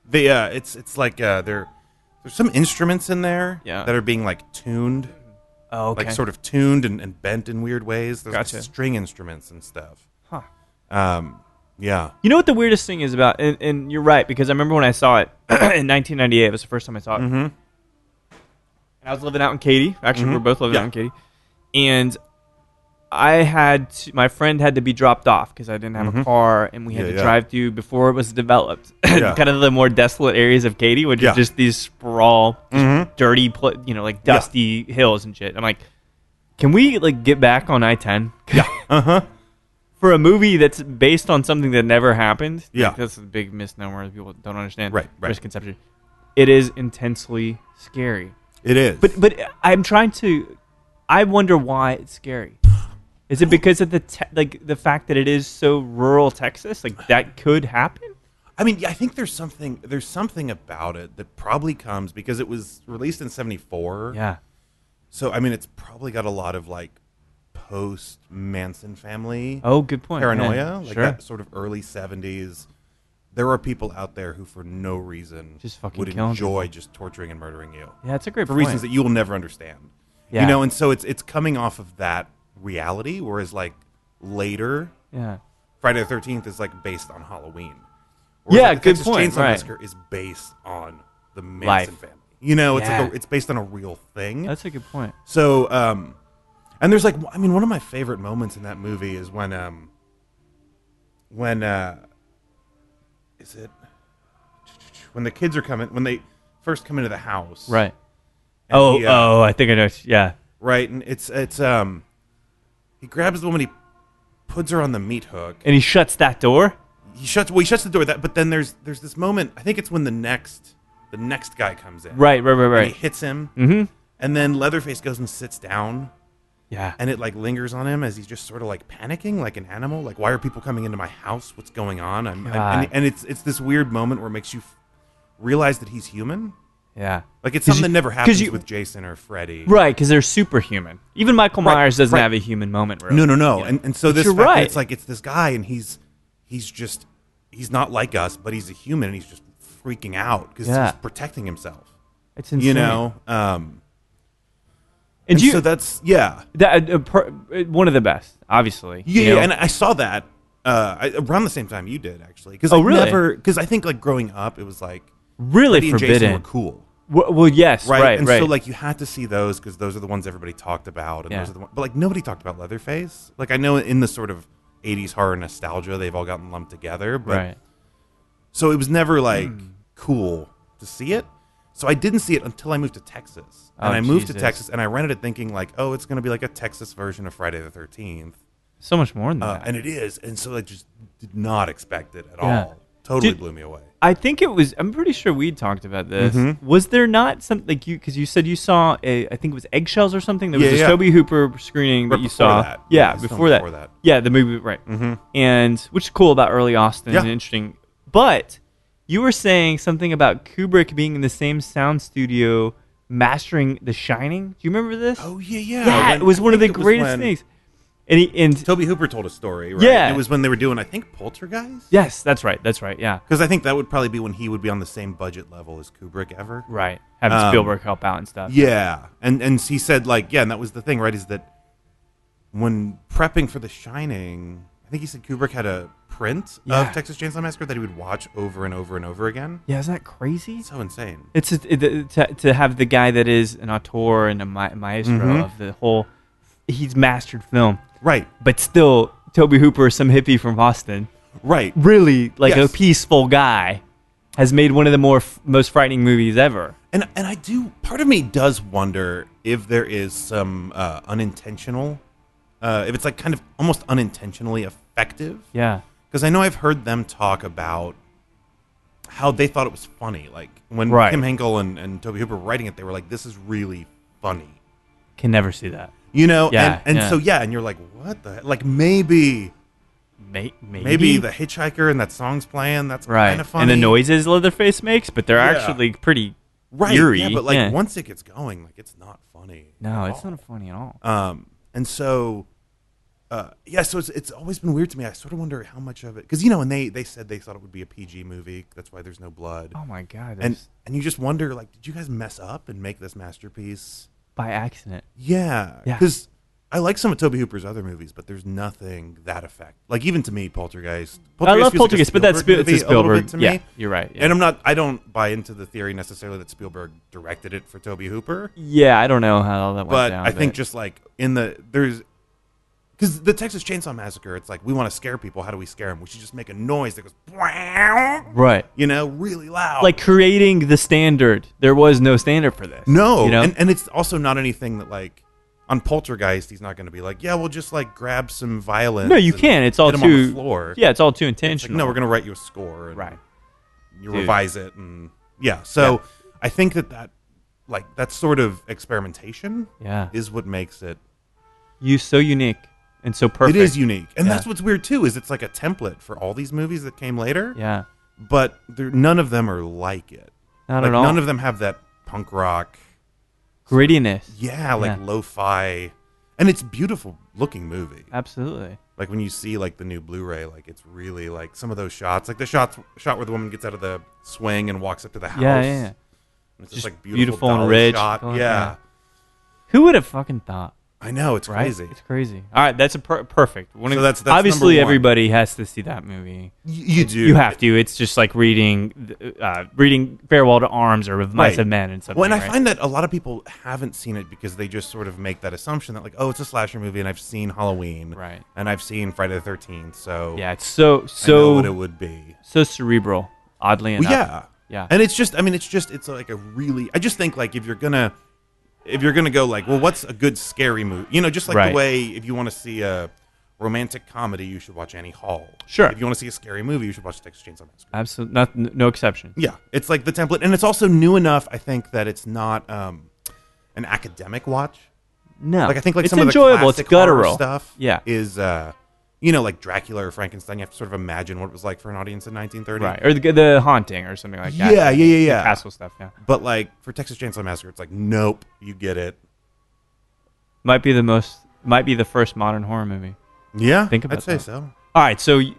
S3: they, uh, it's it's like uh, there, there's some instruments in there
S1: Yeah.
S3: that are being like tuned,
S1: oh, okay.
S3: like sort of tuned and, and bent in weird ways. There's like,
S1: Gotcha.
S3: string instruments and stuff.
S1: Huh.
S3: Um, yeah.
S1: You know what the weirdest thing is about, and, and you're right because I remember when I saw it in 1998. It was the first time I saw it, mm-hmm. and I was living out in Katy. Actually, we we're both living
S3: Mm-hmm. Yeah.
S1: out in Katy, and I had to, my friend had to be dropped off because I didn't have a car, and we had
S3: Mm-hmm. Yeah,
S1: to
S3: yeah.
S1: drive through before it was developed,
S3: Yeah.
S1: kind of the more desolate areas of Katy, which
S3: Yeah. Mm-hmm.
S1: is just these sprawl, just dirty, pl- you know, like dusty hills and shit. I'm like, can we like get back on I-10? Yeah.
S3: Uh huh.
S1: for a movie that's based on something that never happened.
S3: Yeah.
S1: like, that's a big misnomer that people don't understand.
S3: Right, right.
S1: misconception. It is intensely scary.
S3: It is.
S1: But but I'm trying to. I wonder why it's scary. Is it because of the te- like the fact that it is so rural Texas? Like that could happen.
S3: I mean, yeah, I think there's something there's something about it that probably comes because it was released in '74.
S1: Yeah.
S3: So I mean, it's probably got a lot of like post Manson family
S1: Oh, good point.
S3: paranoia,
S1: Yeah,
S3: like
S1: sure.
S3: that sort of early '70s. There are people out there who, for no reason,
S1: Just fucking
S3: would
S1: killing
S3: enjoy just torturing and murdering you
S1: yeah, it's a great
S3: for
S1: point.
S3: reasons that you will never understand.
S1: Yeah.
S3: You know, and so it's it's coming off of that reality, whereas like later
S1: yeah.
S3: Friday the Thirteenth is like based on Halloween. Whereas,
S1: Yeah,
S3: like,
S1: good
S3: Texas
S1: point,
S3: Chainsaw
S1: right.
S3: Massacre is based on the Manson
S1: Life.
S3: family. You know, it's
S1: Yeah.
S3: like a, it's based on a real thing.
S1: That's a good point.
S3: So, um, and there's like, I mean, one of my favorite moments in that movie is when, um, when, uh, is it when the kids are coming when they first come into the house,
S1: Right.
S3: And
S1: oh,
S3: he, uh,
S1: oh, I think I know. Yeah.
S3: right, and it's it's um, he grabs the woman, he puts her on the meat hook,
S1: And he shuts that door.
S3: he shuts well, he shuts the door. That, but then there's there's this moment. I think it's when the next the next guy comes in,
S1: Right, right, right,
S3: and he
S1: right.
S3: hits him,
S1: Mm-hmm.
S3: and then Leatherface goes and sits down.
S1: Yeah.
S3: and it like lingers on him as he's just sort of like panicking like an animal like why are people coming into my house what's going on I'm, I'm-
S1: God.
S3: and, and it's it's this weird moment where it makes you f- realize that he's human
S1: Yeah.
S3: like it's
S1: 'Cause you-
S3: something that never
S1: 'cause
S3: happens
S1: you-
S3: with jason or freddy
S1: Right, because they're superhuman. Even Michael
S3: Right,
S1: Myers doesn't
S3: right.
S1: have a human moment, really.
S3: no no no and, and so
S1: But
S3: this
S1: you're
S3: fact that
S1: right.
S3: it's like it's this guy and he's he's just he's not like us but he's a human and he's just freaking out because
S1: Yeah.
S3: he's protecting himself
S1: It's insane.
S3: you know um
S1: and,
S3: and
S1: you,
S3: so that's yeah
S1: that, uh, per, uh, one of the best, obviously.
S3: Yeah,
S1: you know?
S3: yeah, and I saw that uh, I, around the same time you did, actually. Because
S1: Oh,
S3: I
S1: really?
S3: never because I think like growing up, it was like
S1: really
S3: Freddy and Jason were
S1: forbidden.
S3: cool,
S1: Well, well, yes,
S3: right?
S1: right, right.
S3: and so like you had to see those because those are the ones everybody talked about, and
S1: Yeah.
S3: those are the ones, but like nobody talked about Leatherface. Like I know in the sort of '80s horror nostalgia, they've all gotten lumped together, but
S1: right. Hmm.
S3: so it was never like cool to see it. So I didn't see it until I moved to Texas. And
S1: Oh,
S3: I moved
S1: Jesus.
S3: to Texas and I rented it thinking like, oh, it's going to be like a Texas version of Friday the 13th.
S1: So much more than
S3: Uh,
S1: that.
S3: and it is. And so I just did not expect it at
S1: Yeah.
S3: all. Totally
S1: Did-
S3: blew me away.
S1: I think it was, I'm pretty sure we talked about this.
S3: Mm-hmm.
S1: Was there not something, like you, because you said you saw, a, I think it was Eggshells or something. There was
S3: Yeah,
S1: a
S3: yeah.
S1: Toby Hooper screening that
S3: Right
S1: you
S3: before
S1: saw.
S3: that.
S1: Yeah,
S3: Yeah, it's
S1: before,
S3: done
S1: that.
S3: before that.
S1: Yeah, the movie, right. Mm-hmm. And, which is cool about early Austin
S3: Yeah.
S1: and interesting. But You were saying something about Kubrick being in the same sound studio mastering The Shining. Do you remember this?
S3: Oh yeah, yeah.
S1: yeah,
S3: When-
S1: it was one
S3: I
S1: of the
S3: think it was
S1: greatest
S3: when
S1: things. And he and
S3: Toby Hooper told a story, right?
S1: Yeah.
S3: It was when they were doing, I think, Poltergeist.
S1: yes, that's right. That's right. Yeah,
S3: Because I think that would probably be when he would be on the same budget level as Kubrick ever.
S1: right. Having
S3: Um,
S1: Spielberg help out and stuff.
S3: Yeah, and and he said like yeah, and that was the thing, right? Is that when prepping for The Shining, I think he said Kubrick had a print
S1: Yeah.
S3: of Texas Chainsaw Massacre that he would watch over and over and over again.
S1: Yeah, isn't that crazy?
S3: So insane.
S1: It's just- it- it- to, to have the guy that is an auteur and a ma- maestro
S3: Mhm.
S1: of the whole. He's mastered film,
S3: Right,
S1: but still, Toby Hooper, some hippie from Boston,
S3: right.
S1: really like
S3: Yes.
S1: a peaceful guy, has made one of the more f- most frightening movies ever.
S3: And and I do. Part of me does wonder if there is some uh, unintentional, uh, if it's like kind of almost unintentionally effective.
S1: Yeah,
S3: because I know I've heard them talk about how they thought it was funny. Like when
S1: Right.
S3: Kim Henkel and, and Toby Hooper were writing it, they were like, "This is really funny,"
S1: can never see that.
S3: you know.
S1: Yeah,
S3: and and
S1: yeah.
S3: so yeah, and you're like, "What the? he-" Like maybe
S1: May- maybe
S3: maybe the Hitchhiker and that song's playing. That's
S1: right
S3: kind of funny.
S1: and the noises Leatherface makes, but they're
S3: Yeah.
S1: actually pretty
S3: right?
S1: eerie.
S3: Yeah, but like Oh.
S1: Yeah.
S3: once it gets going, like it's not funny.
S1: no,
S3: at
S1: it's
S3: all.
S1: not funny at all.
S3: Um, and so, uh, yeah, so it's, it's always been weird to me. I sort of wonder how much of it, because you know, and they they said they thought it would be a PG movie. That's why there's no blood.
S1: Oh my god,
S3: and
S1: that's
S3: and you just wonder like did you guys mess up and make this masterpiece
S1: by accident.
S3: yeah
S1: Yeah.
S3: because i like some of toby hooper's other movies but there's nothing that effect like even to me poltergeist,
S1: I love
S3: feels like a
S1: Poltergeist, but that's Spiel-
S3: Spielberg
S1: it's a
S3: movie a little
S1: Spielberg.
S3: bit to
S1: yeah,
S3: me
S1: you're right. Yeah.
S3: and i'm not i don't buy into the theory necessarily that spielberg directed it for toby hooper
S1: yeah, I don't know how all that went
S3: but
S1: down.
S3: i think just like in the there's because the texas chainsaw massacre it's like we want to scare people how do we scare them we should just make a noise that goes "Wow,"
S1: right,
S3: you know really loud
S1: like creating the standard. There was no standard for this.
S3: No,
S1: you know,
S3: and, and it's also not anything that like on Poltergeist he's not going to be like, yeah, we'll just like grab some violence.
S1: no, you
S3: and
S1: can't. It's all
S3: hit
S1: too
S3: 'em on the floor.
S1: Yeah, it's all too
S3: It's like,
S1: intentional.
S3: no, we're going to write you a score. And
S1: right.
S3: You
S1: Dude.
S3: revise it, and yeah. So I think that that like that sort of experimentation
S1: Yeah,
S3: is what makes it.
S1: you so unique and so perfect.
S3: It is unique, and
S1: Yeah.
S3: that's what's weird too. Is it's like a template for all these movies that came later,
S1: Yeah,
S3: but they're, none of them are like it.
S1: not
S3: like
S1: at all.
S3: none of them have that punk rock.
S1: grittiness.
S3: Yeah, like
S1: Yeah.
S3: lo-fi, and it's beautiful looking movie.
S1: Absolutely.
S3: like when you see like the new Blu-ray, like it's really like some of those shots, like the shots shot where the woman gets out of the swing and walks up to the house.
S1: Yeah, yeah, yeah.
S3: And it's
S1: Just
S3: just, like
S1: beautiful
S3: beautiful,
S1: and
S3: dolly
S1: rich.
S3: Shot.
S1: Going-
S3: Yeah.
S1: yeah. Who would have fucking thought?
S3: I know it's
S1: Right?
S3: crazy.
S1: It's crazy. All right, that's a per- perfect. One
S3: So
S1: of-
S3: that's- that's
S1: obviously
S3: number one.
S1: everybody has to see that movie.
S3: You, you do.
S1: You have to. It's just like reading, uh, reading Farewell to Arms or Of Mice
S3: Right.
S1: and Men and something.
S3: Well, and I
S1: right?
S3: find that a lot of people haven't seen it because they just sort of make that assumption that like, oh, it's a slasher movie, and I've seen Halloween,
S1: Right.
S3: and I've seen Friday the Thirteenth, so
S1: yeah, it's so
S3: I know what it
S1: so
S3: would be.
S1: so cerebral. Oddly
S3: Well,
S1: enough,
S3: yeah,
S1: yeah.
S3: And it's just, I mean, it's just, it's like a really. I just think like if you're gonna, if you're gonna go like, well, what's a good scary movie? You know, just like
S1: Right.
S3: the way if you want to see a romantic comedy, you should watch Annie Hall.
S1: Sure.
S3: If you want to see a scary movie, you should watch Texas Chainsaw Massacre.
S1: absolutely, not, n- no exception.
S3: Yeah, it's like the template, and it's also new enough. I think that it's not um, an academic watch.
S1: No,
S3: Like I think like
S1: it's
S3: some
S1: enjoyable.
S3: of the
S1: it's
S3: classic horror
S1: guttural
S3: stuff.
S1: Yeah,
S3: Is uh, you know, like Dracula or Frankenstein. You have to sort of imagine what it was like for an audience in 1930.
S1: right, or the, the haunting or something like that.
S3: Yeah, yeah, yeah, yeah.
S1: castle stuff. Yeah,
S3: But like for Texas Chainsaw Massacre, it's like, nope, you get it.
S1: might be the most, might be the first modern horror movie.
S3: Yeah,
S1: Think about
S3: I'd say
S1: that.
S3: so.
S1: All right, so y-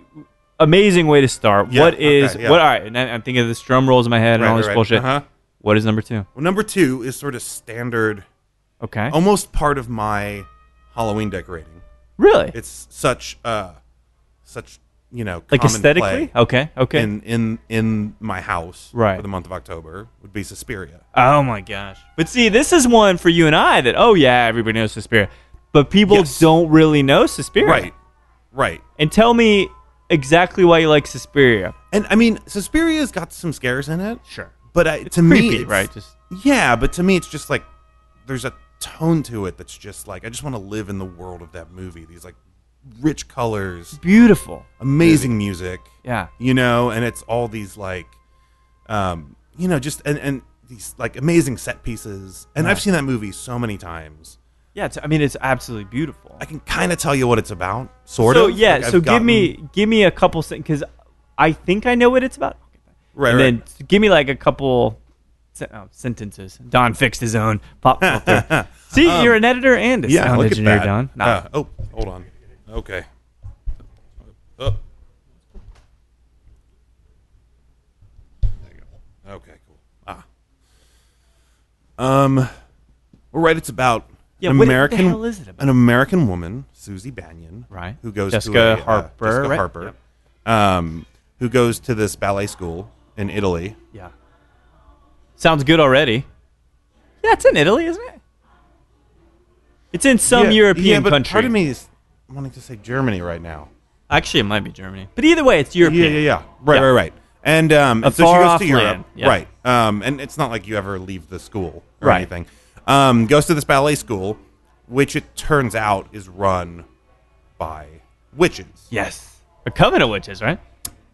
S1: amazing way to start.
S3: Yeah,
S1: what
S3: okay,
S1: is
S3: yeah.
S1: what? All right, and I- I'm thinking of this drum rolls in my head and
S3: Right,
S1: all this
S3: right, right.
S1: bullshit.
S3: Uh-huh.
S1: What is number two?
S3: Well, number two is sort of standard,
S1: Okay,
S3: almost part of my Halloween decorating.
S1: really?
S3: It's such, uh, such you know,
S1: like
S3: common
S1: aesthetically?
S3: play
S1: Okay, okay.
S3: in in in my house
S1: Right.
S3: for the month of October would be Suspiria.
S1: oh my gosh! But see, this is one for you and I that oh yeah, everybody knows Suspiria, but people
S3: Yes.
S1: don't really know Suspiria.
S3: Right, right.
S1: And tell me exactly why you like Suspiria.
S3: And I mean, Suspiria's got some scares in it,
S1: Sure.
S3: but I, to me,
S1: Creepy,
S3: it's-
S1: right? Just
S3: Yeah, but to me, it's just like there's a tone to it that's just like I just want to live in the world of that movie. These like rich colors,
S1: beautiful.
S3: amazing music,
S1: Yeah.
S3: you know, and it's all these like, um, you know, just and and these like amazing set pieces. And I've seen that movie so many times.
S1: Yeah, it's, I mean it's absolutely beautiful.
S3: I can kind of tell you what it's about, sort
S1: so
S3: of.
S1: yeah,
S3: Like,
S1: so
S3: I've
S1: give
S3: gotten-
S1: me give me a couple things because I think I know what it's about.
S3: Right,
S1: And
S3: right.
S1: then s- give me like a couple sen- oh, sentences. Don fixed his own pop filter. See, you're an editor and a sound
S3: Um, look at
S1: engineer,
S3: that.
S1: Don. Nah.
S3: Uh, oh, hold on. Okay. Oh. There you go. Okay, cool. Ah. Um, we're right. It's about
S1: Yeah,
S3: an
S1: what the
S3: American.
S1: hell is it about?
S3: An American woman, Susie Banyan,
S1: Right.
S3: Who goes
S1: Jessica
S3: to a,
S1: Harper,
S3: Uh, Jessica
S1: right?
S3: Harper. Um, who goes to this ballet school in Italy?
S1: yeah. Sounds good already. Yeah, it's in Italy, isn't it? It's in some
S3: Yeah,
S1: European
S3: yeah, but
S1: country.
S3: Part of me is wanting to say Germany right now.
S1: Actually, it might be Germany. But either way, it's European.
S3: Yeah, yeah, yeah. Right,
S1: Yeah.
S3: right, right. And um,
S1: A
S3: and so she goes
S1: far-off
S3: to Europe,
S1: land, yeah.
S3: right? Um, and it's not like you ever leave the school or
S1: Right.
S3: anything. Um, goes to this ballet school, which it turns out is run by witches.
S1: Yes. A coven of witches, right?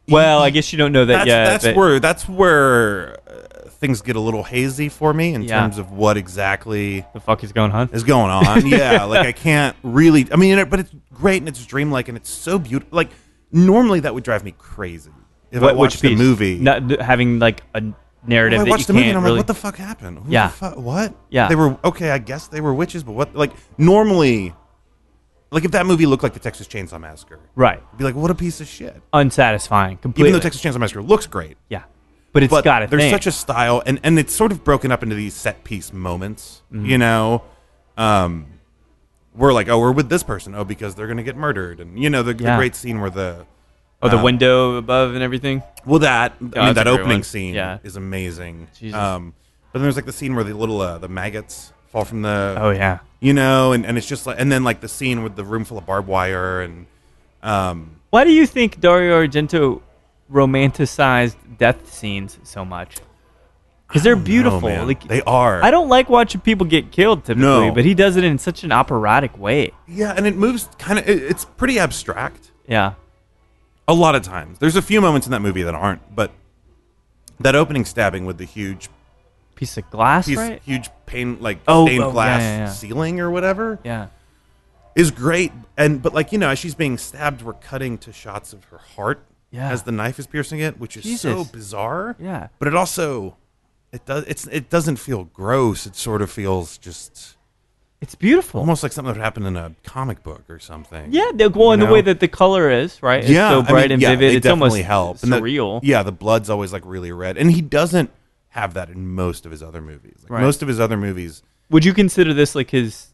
S1: Well, I guess you don't know that
S3: That's,
S1: yet.
S3: that's
S1: but-
S3: where that's where uh, things get a little hazy for me in
S1: Yeah.
S3: terms of what exactly
S1: the fuck is going on?
S3: is going on. yeah, like I can't really. I mean, it- but it's great and it's dreamlike and it's so beautiful. Like normally that would drive me crazy if I watched the
S1: piece?
S3: movie.
S1: Not th- having like a narrative
S3: Well, I
S1: that you
S3: watched
S1: can't
S3: the movie and I'm
S1: really.
S3: like, what the fuck happened? Who
S1: Yeah.
S3: The fu- what?
S1: Yeah.
S3: They were okay. I guess they were witches, but what? Like normally, like if that movie looked like the Texas Chainsaw Massacre,
S1: right,
S3: I'd be like, what a piece of shit.
S1: unsatisfying, completely.
S3: Even though Texas Chainsaw Massacre looks great,
S1: yeah, but it's
S3: but
S1: got it.
S3: there's such a style, and and it's sort of broken up into these set piece moments.
S1: Mm-hmm.
S3: You know, um, we're like, oh, we're with this person, oh, because they're gonna get murdered, and you know, the, the
S1: Yeah.
S3: great scene where the
S1: oh, the window above and everything.
S3: Well, that I mean
S1: Oh, that's a
S3: that
S1: great
S3: opening
S1: one.
S3: scene
S1: Yeah.
S3: is amazing.
S1: Jesus.
S3: Um, but then there's like the scene where the little uh, the maggots fall from the
S1: Oh yeah,
S3: you know, and, and it's just like and then like the scene with the room full of barbed wire and um,
S1: why do you think Dario Argento romanticized death scenes so much? Because they're beautiful.
S3: Oh, man.
S1: like
S3: They are.
S1: I don't like watching people get killed typically,
S3: No.
S1: but he does it in such an operatic way.
S3: yeah, and it moves kind of it, it's pretty abstract
S1: Yeah.
S3: a lot of times. There's a few moments in that movie that aren't, but that opening stabbing with the huge
S1: Piece of glass,
S3: piece,
S1: right?
S3: huge pane like
S1: Oh,
S3: stained
S1: oh, yeah,
S3: glass
S1: yeah, yeah.
S3: ceiling or whatever
S1: Yeah.
S3: is great and but like you know as she's being stabbed we're cutting to shots of her heart
S1: Yeah.
S3: as the knife is piercing it which is so
S1: Jesus.
S3: bizarre
S1: Yeah.
S3: but it also it does it's it doesn't feel gross it sort of feels just
S1: It's beautiful.
S3: almost like something that happened in a comic book or something
S1: Yeah, the, well, and
S3: You
S1: the way
S3: know?
S1: that the color is, right? It's
S3: yeah
S1: so
S3: I
S1: bright
S3: mean,
S1: and
S3: yeah,
S1: vivid.
S3: they
S1: It's almost
S3: definitely help And the-
S1: surreal.
S3: yeah the blood's always like really red and he doesn't have that in most of his other movies like
S1: Right.
S3: most of his other movies
S1: Would you consider this like his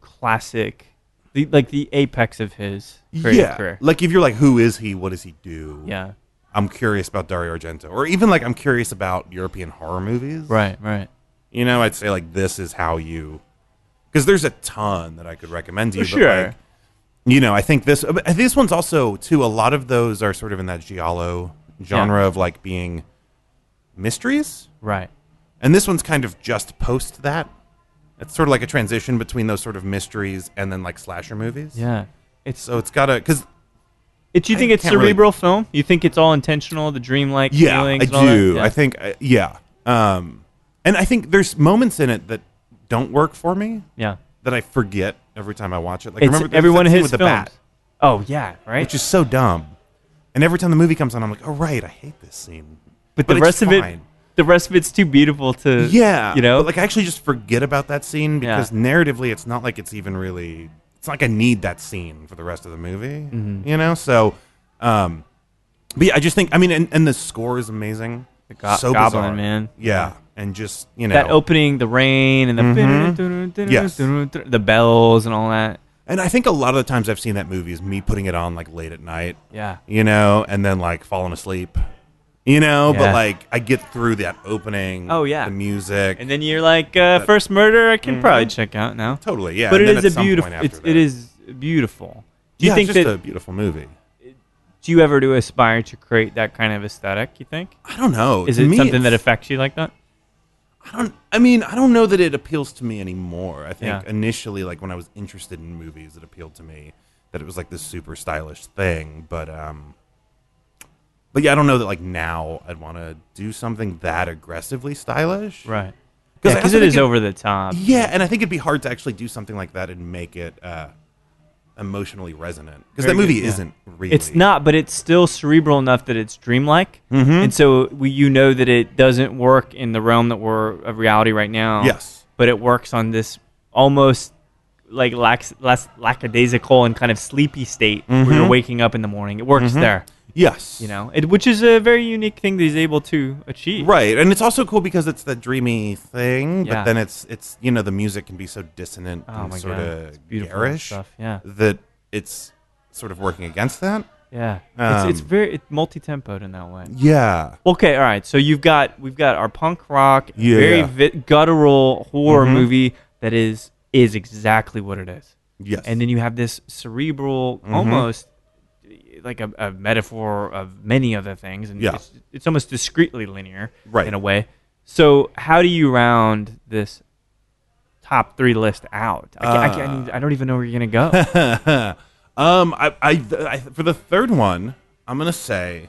S1: classic, the, like the apex of his creative
S3: yeah
S1: career?
S3: like if you're like who is he what does he do
S1: Yeah.
S3: I'm curious about Dario Argento, or even like I'm curious about European horror movies.
S1: Right. Right.
S3: You know, I'd say like this is how you, because there's a ton that I could recommend to you.
S1: Sure.
S3: But, like, you know, I think this uh, but this one's also too. A lot of those are sort of in that giallo genre of like being mysteries,
S1: Right.
S3: and this one's kind of just post that. It's sort of like a transition between those sort of mysteries and then like slasher movies.
S1: Yeah. It's.
S3: So it's got a because
S1: It's. You
S3: I
S1: think it's
S3: can't really-
S1: cerebral film? You think it's all intentional? The dreamlike
S3: Yeah,
S1: feelings.
S3: I
S1: and all that?
S3: do.
S1: Yeah.
S3: I think, I, yeah. Um, and I think there's moments in it that don't work for me
S1: Yeah.
S3: that I forget every time I watch it. Like
S1: It's
S3: remember there's
S1: everyone
S3: that
S1: his
S3: scene
S1: films.
S3: with the bat,
S1: Oh yeah. Right.
S3: which is so dumb. And every time the movie comes on, I'm like, oh right, I hate this scene.
S1: but
S3: but
S1: the
S3: it's
S1: rest of it,
S3: fine.
S1: the rest of it's too beautiful to.
S3: Yeah,
S1: You know.
S3: but, like I actually just forget about that scene
S1: Yeah.
S3: because narratively, it's not like it's even really. It's not like I need that scene for the rest of the movie,
S1: Mm-hmm.
S3: you know. So, um, but yeah, I just think I mean, and, and the score is amazing. The
S1: Go-
S3: so
S1: Goblin,
S3: bizarre.
S1: man.
S3: Yeah, and just you know
S1: that opening, the rain, and the
S3: Mm-hmm. Yes.
S1: the bells and all that.
S3: And I think a lot of the times I've seen that movie is me putting it on like late at night,
S1: Yeah,
S3: you know, and then like falling asleep, you know. But
S1: Yeah.
S3: like I get through that opening.
S1: Oh, yeah.
S3: the music.
S1: and then you're like, uh, first murder, I can probably check out now.
S3: totally, Mm-hmm. yeah.
S1: but
S3: and
S1: it
S3: then
S1: is
S3: at
S1: a
S3: some point
S1: beautiful.
S3: after
S1: It's,
S3: that-
S1: it is beautiful. Do you
S3: yeah,
S1: think
S3: it's just
S1: that?
S3: a beautiful movie?
S1: do you ever do aspire to create that kind of aesthetic? You think
S3: I don't know.
S1: is
S3: To
S1: it
S3: me,
S1: something that
S3: it's-
S1: affects you like that?
S3: I don't? I mean, I don't know that it appeals to me anymore. I think
S1: Yeah.
S3: initially, like when I was interested in movies, it appealed to me that it was like this super stylish thing. But um, but yeah, I don't know that like now I'd want to do something that aggressively stylish,
S1: Right. Because
S3: 'Cause I also
S1: it
S3: think
S1: is
S3: it-
S1: over the top.
S3: Yeah, and I think it'd be hard to actually do something like that and make it uh, emotionally resonant because
S1: Very
S3: that movie
S1: good, yeah.
S3: isn't really.
S1: It's not, but it's still cerebral enough that it's dreamlike,
S3: Mm-hmm.
S1: and so we, you know that it doesn't work in the realm that we're of reality right now.
S3: Yes.
S1: but it works on this almost like lax, less lackadaisical and kind of sleepy state where
S3: Mm-hmm.
S1: you're waking up in the morning. It works there,
S3: Yes.
S1: you know, it, which is a very unique thing that he's able to achieve.
S3: Right, and it's also cool because it's the dreamy thing,
S1: Yeah.
S3: but then it's it's you know the music can be so dissonant
S1: Oh
S3: and
S1: my
S3: sort
S1: god, it's
S3: of
S1: beautiful
S3: garish
S1: stuff. Yeah,
S3: that it's sort of working against that.
S1: yeah.
S3: Um,
S1: it's, it's very it's multi-tempoed in that way.
S3: Yeah,
S1: Okay, all right. So you've got we've got our punk rock,
S3: Yeah. Mm-hmm.
S1: very vi- guttural horror movie that is is exactly what it is,
S3: yes,
S1: and then you have this cerebral,
S3: Mm-hmm.
S1: almost like a, a metaphor of many other things, and
S3: Yeah.
S1: it's, it's almost discreetly linear
S3: Right.
S1: in a way. So how do you round this top three list out? I, ca- I,
S3: Uh.
S1: ca- I need, I don't even know where you're gonna go.
S3: um, I, I, I for the third one, I'm gonna say,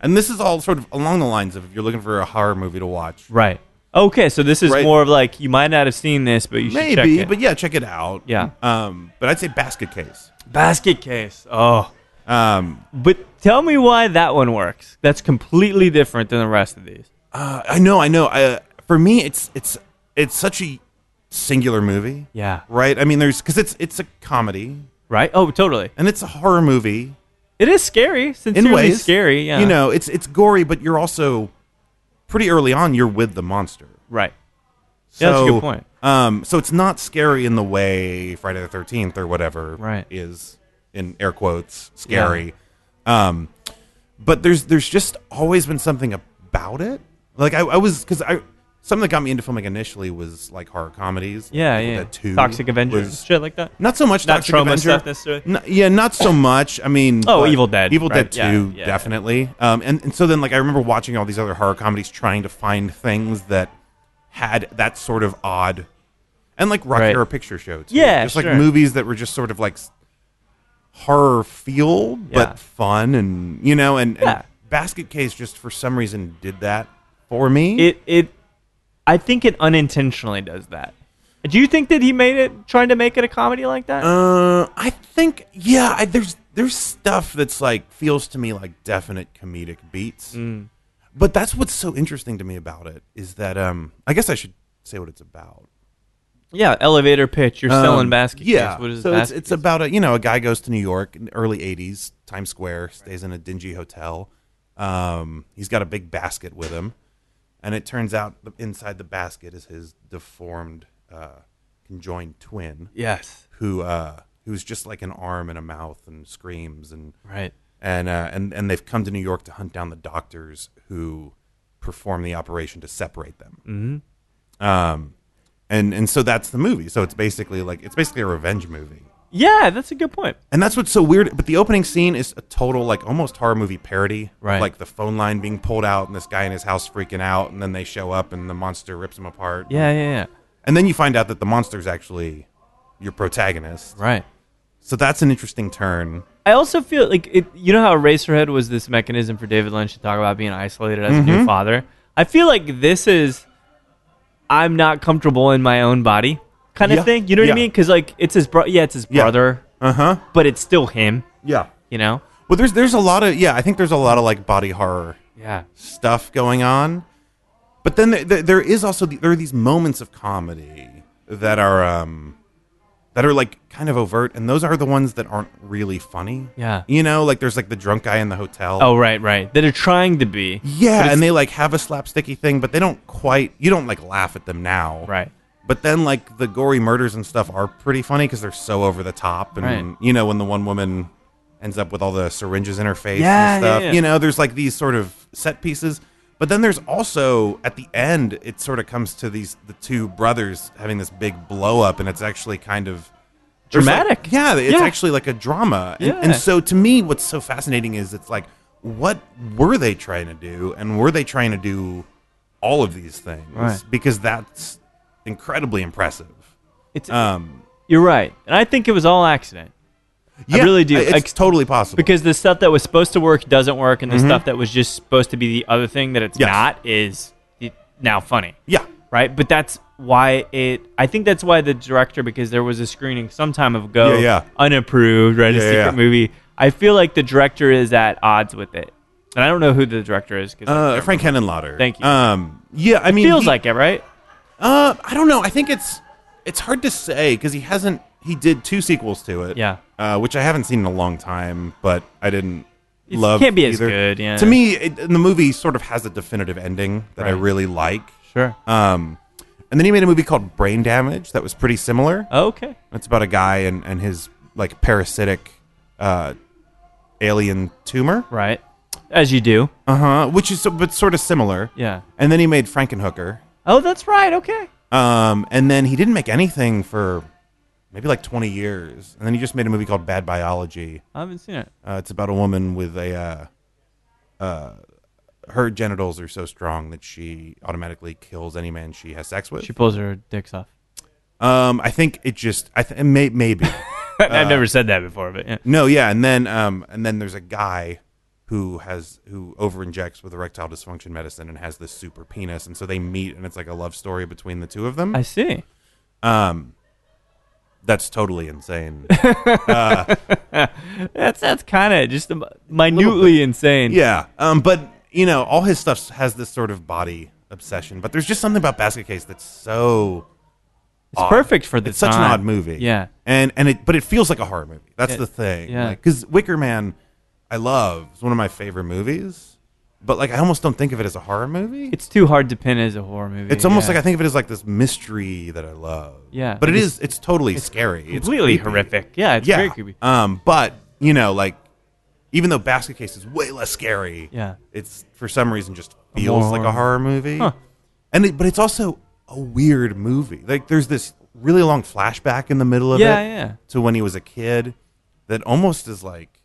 S3: and this is all sort of along the lines of if you're looking for a horror movie to watch,
S1: right. Okay, so this is
S3: Right.
S1: more of like you might not have seen this, but you should check
S3: maybe,
S1: it.
S3: but yeah, check it out.
S1: Yeah.
S3: um, but I'd say Basket Case.
S1: Basket case. Oh.
S3: Um,
S1: But tell me why that one works. That's completely different than the rest of these.
S3: uh, I know, I know. I, for me, it's it's it's such a singular movie.
S1: Yeah.
S3: right? I mean, there's because it's it's a comedy
S1: Right? Oh, totally.
S3: and it's a horror movie
S1: It is scary.
S3: in
S1: Sincerely
S3: ways.
S1: scary. Yeah.
S3: you know, it's it's gory, but you're also pretty early on. You're with the monster.
S1: Right.
S3: So,
S1: Yeah, that's a good point.
S3: Um, so it's not scary in the way Friday the Thirteenth or whatever
S1: Right.
S3: is in air quotes scary. Um, but there's there's just always been something about it. Like I, I was because I something that got me into filming initially was like horror comedies.
S1: Yeah,
S3: Like,
S1: yeah.
S3: The two
S1: Toxic Avenger.
S3: was-
S1: shit like that.
S3: Not so much
S1: Not
S3: Toxic
S1: trauma
S3: Avenger.
S1: stuff necessarily?
S3: N- yeah, not so much. I mean,
S1: Oh,
S3: but
S1: Evil Dead,
S3: Evil
S1: right?
S3: Dead
S1: Yeah,
S3: Two,
S1: yeah.
S3: definitely. Um, and and so then like I remember watching all these other horror comedies trying to find things that had that sort of odd, and like Rocky
S1: Right.
S3: Horror Picture Show. Too.
S1: Yeah,
S3: just
S1: sure.
S3: like movies that were just sort of like s- horror feel
S1: Yeah.
S3: but fun, and you know, and, and
S1: Yeah.
S3: Basket Case just for some reason did that for me.
S1: It it I think it unintentionally does that. Do you think that he made it trying to make it a comedy like that?
S3: Uh, I think yeah. I, there's there's stuff that's like feels to me like definite comedic beats.
S1: Mm.
S3: But that's what's so interesting to me about it is that um. I guess I should say what it's about.
S1: yeah, elevator pitch. You're selling
S3: Um,
S1: basket
S3: Yeah.
S1: case. What is
S3: so it's
S1: basket
S3: it's
S1: case?
S3: about a you know a guy goes to New York in the early '80s, Times Square, stays in a dingy hotel. Um, he's got a big basket with him, and it turns out the, inside the basket is his deformed uh, conjoined twin
S1: Yes.
S3: who uh who's just like an arm and a mouth and screams and
S1: Right.
S3: and uh, and and they've come to New York to hunt down the doctors who perform the operation to separate them. Mm-hmm. Um, and and so that's the movie. So it's basically like it's basically a revenge movie.
S1: Yeah, that's a good point.
S3: And that's what's so weird. But the opening scene is a total, like, almost horror movie parody.
S1: Right.
S3: Like the phone line being pulled out and this guy in his house freaking out. And then they show up and the monster rips him apart.
S1: Yeah, yeah, yeah.
S3: And then you find out that the monster's actually your protagonist.
S1: Right.
S3: So that's an interesting turn.
S1: I also feel like it, you know how Eraserhead was this mechanism for David Lynch to talk about being isolated as
S3: Mm-hmm.
S1: a new father. I feel like this is I'm not comfortable in my own body kind of
S3: Yeah.
S1: thing. You know what
S3: Yeah.
S1: I mean? Because like it's his bro, yeah, it's his
S3: Yeah.
S1: brother,
S3: Uh huh.
S1: but it's still him.
S3: Yeah.
S1: You know?
S3: Well, there's there's a lot of yeah. I think there's a lot of like body horror
S1: Yeah.
S3: stuff going on, but then there, there, there is also the, there are these moments of comedy that are um that are like kind of overt, and those are the ones that aren't really funny.
S1: Yeah.
S3: You know, like there's like the drunk guy in the hotel.
S1: Oh right, right. That are trying to be
S3: Yeah, and they like have a slapsticky thing, but they don't quite. You don't like laugh at them now,
S1: right.
S3: But then like the gory murders and stuff are pretty funny because they're so over the top, and
S1: Right.
S3: you know when the one woman ends up with all the syringes in her face
S1: Yeah,
S3: and
S1: yeah,
S3: stuff,
S1: yeah.
S3: you know, there's like these sort of set pieces. But then there's also at the end, it sort of comes to these the two brothers having this big blow up, and it's actually kind of there's, like-
S1: Dramatic.
S3: yeah, it's
S1: Yeah.
S3: actually like a drama. And,
S1: Yeah.
S3: and so to me, what's so fascinating is it's like, what were they trying to do? And were they trying to do all of these things?
S1: Right.
S3: Because that's incredibly impressive.
S1: It's
S3: Um,
S1: you're right. And I think it was all accident.
S3: yeah,
S1: really do.
S3: It's
S1: Like-
S3: totally possible.
S1: Because the stuff that was supposed to work doesn't work and
S3: Mm-hmm.
S1: the stuff that was just supposed to be the other thing that it's
S3: Yes.
S1: not is it, now funny.
S3: yeah,
S1: right? But that's why it. I think that's why the director, because there was a screening some time ago,
S3: Yeah, yeah.
S1: unapproved, right? a
S3: Yeah,
S1: secret
S3: yeah.
S1: movie. I feel like the director is at odds with it, and I don't know who the director is. Cause I
S3: Uh,
S1: can't
S3: Frank Henenlotter.
S1: Thank you.
S3: Um, yeah, I mean,
S1: remember. feels
S3: he-
S1: like it, right?
S3: Uh, I don't know. I think it's it's hard to say because he hasn't. He did two sequels to it.
S1: Yeah.
S3: Uh, which I haven't seen in a long time, but I didn't
S1: It
S3: love.
S1: can't be as
S3: either.
S1: good, yeah.
S3: To me, it, and the movie sort of has a definitive ending that I
S1: Right.
S3: really like.
S1: Sure.
S3: Um, and then he made a movie called Brain Damage that was pretty similar.
S1: Oh, Okay.
S3: It's about a guy and and his like parasitic, uh, alien tumor.
S1: Right. As you do.
S3: Uh huh. Which is but sort of similar.
S1: Uh-huh. Yeah.
S3: And then he made Frankenhooker.
S1: Oh, that's right. Okay.
S3: Um, and then he didn't make anything for maybe like 20 years. And then he just made a movie called Bad Biology.
S1: I haven't seen it.
S3: Uh, it's about a woman with a. Uh, uh, her genitals are so strong that she automatically kills any man she has sex with.
S1: She pulls her dicks off.
S3: Um, I think it just. I th- may- maybe. Uh,
S1: I've never said that before, but yeah.
S3: no, yeah. And then, um, and then there's a guy who has who overinjects with erectile dysfunction medicine and has this super penis, and so they meet, and it's like a love story between the two of them.
S1: I see.
S3: Um, that's totally insane.
S1: That's that's kind of just a- minutely insane.
S3: yeah. Um, but you know, all his stuff has this sort of body obsession. But there's just something about Basket Case that's so
S1: it's perfect for the
S3: it's such an
S1: time.
S3: odd movie.
S1: Yeah,
S3: And and it but it feels like a horror movie. That's
S1: It-
S3: the thing.
S1: yeah.
S3: Because Wicker Man, I love. It's one of my favorite movies. But like, I almost don't think of it as a horror movie. It's,
S1: it's too hard to pin as a horror movie.
S3: almost
S1: yeah.
S3: like I think of it as like this mystery that I love.
S1: Yeah.
S3: But it
S1: It's-
S3: is. It's totally scary. It's
S1: completely
S3: creepy.
S1: horrific. Yeah, it's very creepy.
S3: Um, but you know, like even though Basket Case is way less scary,
S1: Yeah.
S3: it's for some reason just feels like a horror movie.
S1: Huh.
S3: And it, but it's also a weird movie. Like there's this really long flashback in the middle of
S1: Yeah,
S3: it
S1: yeah.
S3: to when he was a kid that almost is like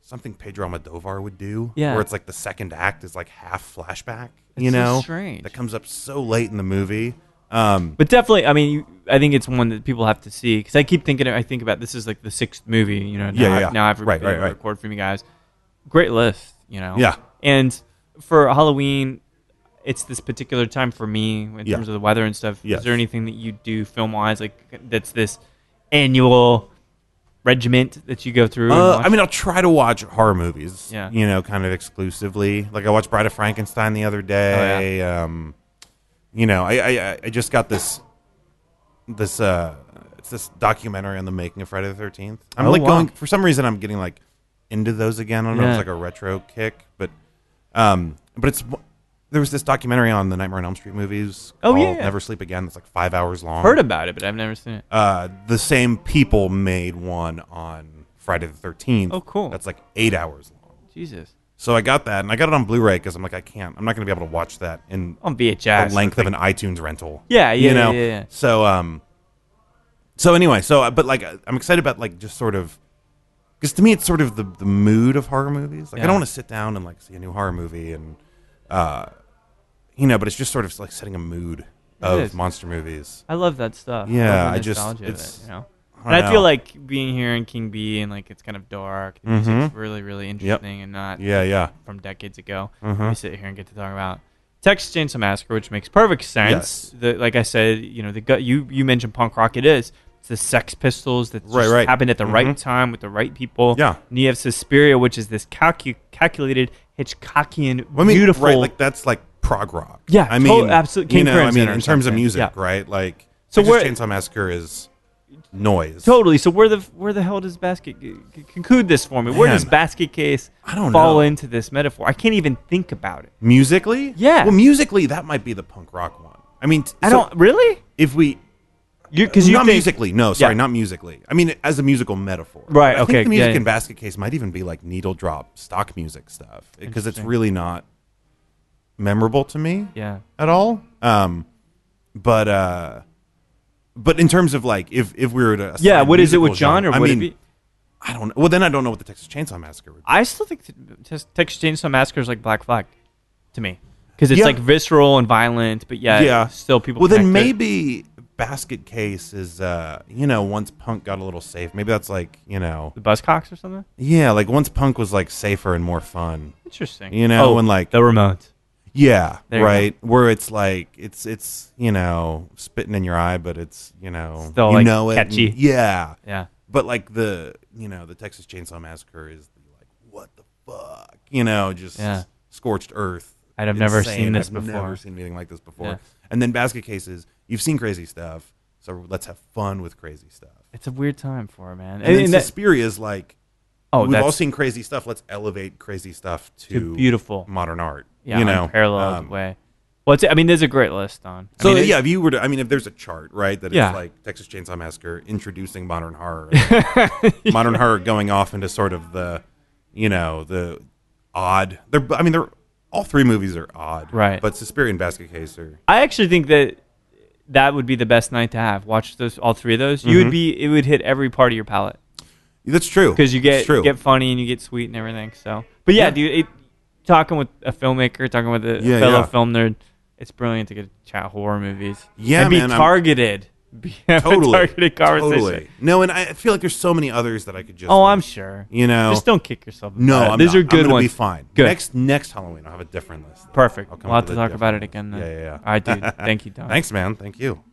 S3: something Pedro Almodovar would do.
S1: Yeah.
S3: where it's like the second act is like half flashback.
S1: It's
S3: you
S1: so
S3: know,
S1: strange.
S3: that comes up so late in the movie. Um,
S1: But definitely, I mean, you, I think it's one that people have to see because I keep thinking, I think about this is like the sixth movie, you know. Now
S3: Yeah,
S1: I've,
S3: yeah.
S1: Now I've
S3: Right,
S1: been
S3: right, right.
S1: record from you guys. Great list, you know.
S3: Yeah.
S1: And for Halloween, it's this particular time for me in
S3: Yeah.
S1: terms of the weather and stuff.
S3: Yes.
S1: Is there anything that you do film wise, like that's this annual regiment that you go through? and
S3: Uh,
S1: watch?
S3: I mean, I'll try to watch horror movies.
S1: Yeah.
S3: You know, kind of exclusively. Like I watched Bride of Frankenstein
S1: Oh,
S3: the other day. Um, you know, I, I- I I just got this this uh it's this documentary on the making of Friday the Thirteenth. I'm
S1: Oh,
S3: like
S1: wow.
S3: going for some reason. I'm getting like into those again. I don't know. if
S1: Yeah.
S3: It's like a retro kick, but um, but it's there was this documentary on the Nightmare on Elm Street movies.
S1: Oh,
S3: called
S1: yeah.
S3: Never Sleep Again. That's like five hours long.
S1: heard about it, but I've never seen it.
S3: Uh, the same people made one on Friday the 13th.
S1: Oh, cool.
S3: That's like eight hours long.
S1: Jesus,
S3: So I got that, and I got it on Blu ray because I'm like, I can't, I'm not going to be able to watch that in
S1: on
S3: the
S1: VHS.
S3: length of an iTunes rental.
S1: Yeah, yeah,
S3: you know?
S1: yeah, yeah, yeah.
S3: So, um, so anyway, so, uh, but like, I- I'm excited about like just sort of, because to me, it's sort of the, the mood of horror movies. Like, I
S1: Yeah.
S3: don't want to sit down and like see a new horror movie and, uh, you know, but it's just sort of like setting a mood
S1: is.
S3: of monster movies.
S1: I love that stuff. I
S3: Yeah,
S1: love the
S3: I just-
S1: nostalgia of
S3: it's-
S1: it, you know.
S3: I don't
S1: And I feel
S3: know.
S1: like being here in King B and like it's kind of dark. The music's really, really interesting and not
S3: Mm-hmm. yeah, Mm-hmm. yeah.
S1: from decades ago. We sit here and get to talk about Texas Chainsaw Massacre, which makes perfect sense.
S3: Yes.
S1: The, like I said, you know, the gut you you mentioned punk rock. It is. It's the Sex Pistols that just
S3: Right, right. Mm-hmm.
S1: happened at the right time with the right people.
S3: Yeah.
S1: And you have Suspiria, which is this calcu- calculated Hitchcockian,
S3: Well, I mean,
S1: beautiful.
S3: right? Like that's like prog rock.
S1: Yeah,
S3: I
S1: to-
S3: mean,
S1: absolute-
S3: You
S1: King
S3: know, I
S1: Crimson
S3: mean,
S1: or
S3: in terms of
S1: something,
S3: music,
S1: yeah.
S3: right? Like,
S1: So
S3: so
S1: where-
S3: Chainsaw Massacre is noise.
S1: Totally. So where the where the hell does basket c- c- conclude this for me? Where does
S3: Man.
S1: basket case
S3: I don't
S1: fall
S3: know.
S1: into this metaphor? I can't even think about it.
S3: musically.
S1: Yeah.
S3: Well, musically, that might be the punk rock one. I mean, t-
S1: I
S3: so
S1: don't really.
S3: If we
S1: You because you
S3: not
S1: think,
S3: musically, no, sorry,
S1: Yeah.
S3: not musically. I mean, as a musical metaphor,
S1: Right,
S3: But I
S1: okay,
S3: Think the music
S1: yeah, yeah.
S3: in Basket Case might even be like needle drop stock music stuff because it's really not memorable to me.
S1: Yeah.
S3: at all. Um, but uh, but in terms of like if if we were to
S1: Yeah.
S3: assign
S1: What is it?
S3: musical
S1: What genre?
S3: I
S1: would
S3: mean,
S1: it be?
S3: I don't. Well, then I don't know what the Texas Chainsaw Massacre would. be.
S1: I still think that Tex- Texas Chainsaw Massacre is like Black Flag to me because it's
S3: Yeah.
S1: like visceral and violent, but yet
S3: yeah,
S1: Uh, still people.
S3: Well, then
S1: connect to it.
S3: maybe Basket Case is uh, you know, once punk got a little safe, maybe that's like you know,
S1: the Buzzcocks or something.
S3: yeah, like once punk was like safer and more fun,
S1: Interesting. Oh,
S3: you know, and like
S1: the Ramones.
S3: Yeah,
S5: There you
S3: right. Where it's like it's it's you know spitting in your eye, but it's you know
S5: Still,
S3: you
S5: like,
S3: know it. and-
S5: catchy.
S3: yeah,
S5: Yeah.
S3: but like the you know the Texas Chainsaw Massacre is like what the fuck you know just
S5: Yeah.
S3: scorched earth.
S5: I'd have never
S3: Insane.
S5: seen this
S3: I've
S5: before.
S3: Never seen anything like this before.
S5: Yeah.
S3: And then basket cases. You've seen crazy stuff, so let's have fun with crazy stuff.
S5: It's a weird time for her, man.
S3: And,
S5: And
S3: then
S5: that-
S3: Suspiria is like
S5: oh,
S3: we've
S5: that's
S3: all seen crazy stuff. Let's elevate crazy stuff to,
S5: too beautiful.
S3: modern art.
S5: Yeah,
S3: you know,
S5: parallel
S3: um,
S5: way. Well, it's, I mean, there's a great list on. I
S3: So
S5: mean, it-
S3: yeah, if you were to, I mean, if there's a chart, right, that
S5: Yeah.
S3: it's like Texas Chainsaw Massacre introducing modern horror, like, modern horror going off into sort of the, you know, the odd. They're, b- I mean, they're all three movies are odd,
S5: Right.
S3: But Suspiria and Basket Case are
S5: I actually think that that would be the best night to have. Watch those, all three of those. You
S3: Mm-hmm.
S5: would be, it would hit every part of your palate
S3: that's true
S5: because you
S3: It's
S5: get
S3: true.
S5: you get funny and you get sweet and everything. So, but yeah, dude, it, talking with a filmmaker, talking with a
S3: Yeah,
S5: fellow
S3: yeah.
S5: film nerd, it's brilliant to get to chat horror movies.
S3: Yeah,
S5: and be
S3: man, I'm-
S5: targeted. Be have a
S3: totally
S5: targeted conversation.
S3: Totally. No, and I feel like there's so many others that I could just.
S5: Oh,
S3: like,
S5: I'm sure.
S3: You know,
S5: Just don't kick yourself.
S3: No,
S5: about it.
S3: I'm
S5: these
S3: not.
S5: are good
S3: I'm gonna
S5: ones.
S3: Be fine.
S5: Good.
S3: Next next Halloween, I'll have a different list. though.
S5: Perfect.
S3: I'll come
S5: We'll have
S3: up
S5: to
S3: with a
S5: talk about it
S3: different
S5: again then.
S3: list. Yeah, yeah, yeah.
S5: All right, dude. Thank you, Don.
S3: Thanks, man. Thank you.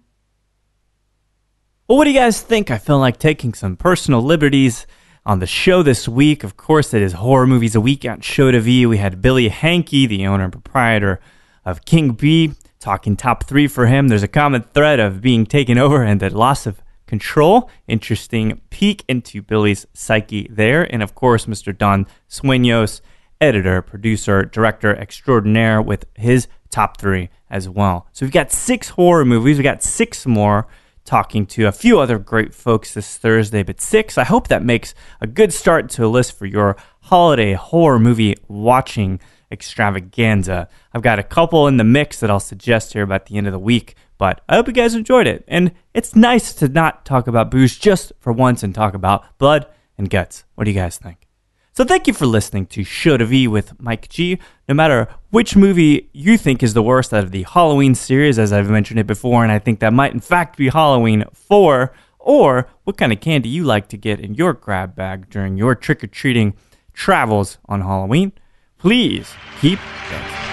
S1: Well, what do you guys think? I feel like taking some personal liberties on the show this week. Of course, it is Horror Movies a Week on Show to V. We had Billy Hankey, the owner and proprietor of King B, talking top three for him. There's a common thread of being taken over and the loss of control. Interesting peek into Billy's psyche there. And of course, Mr. Don Sueños, editor, producer, director extraordinaire with his top three as well. So we've got six horror movies. We've got six more talking to a few other great folks this Thursday, but six. I hope that makes a good start to a list for your holiday horror movie watching extravaganza. I've got a couple in the mix that I'll suggest here about the end of the week, but I hope you guys enjoyed it. And it's nice to not talk about booze just for once and talk about blood and guts. What do you guys think? So thank you for listening to Show to V with Mike G. No matter which movie you think is the worst out of the Halloween series, as I've mentioned it before, and I think that might in fact be Halloween 4, or what kind of candy you like to get in your grab bag during your trick-or-treating travels on Halloween, please keep that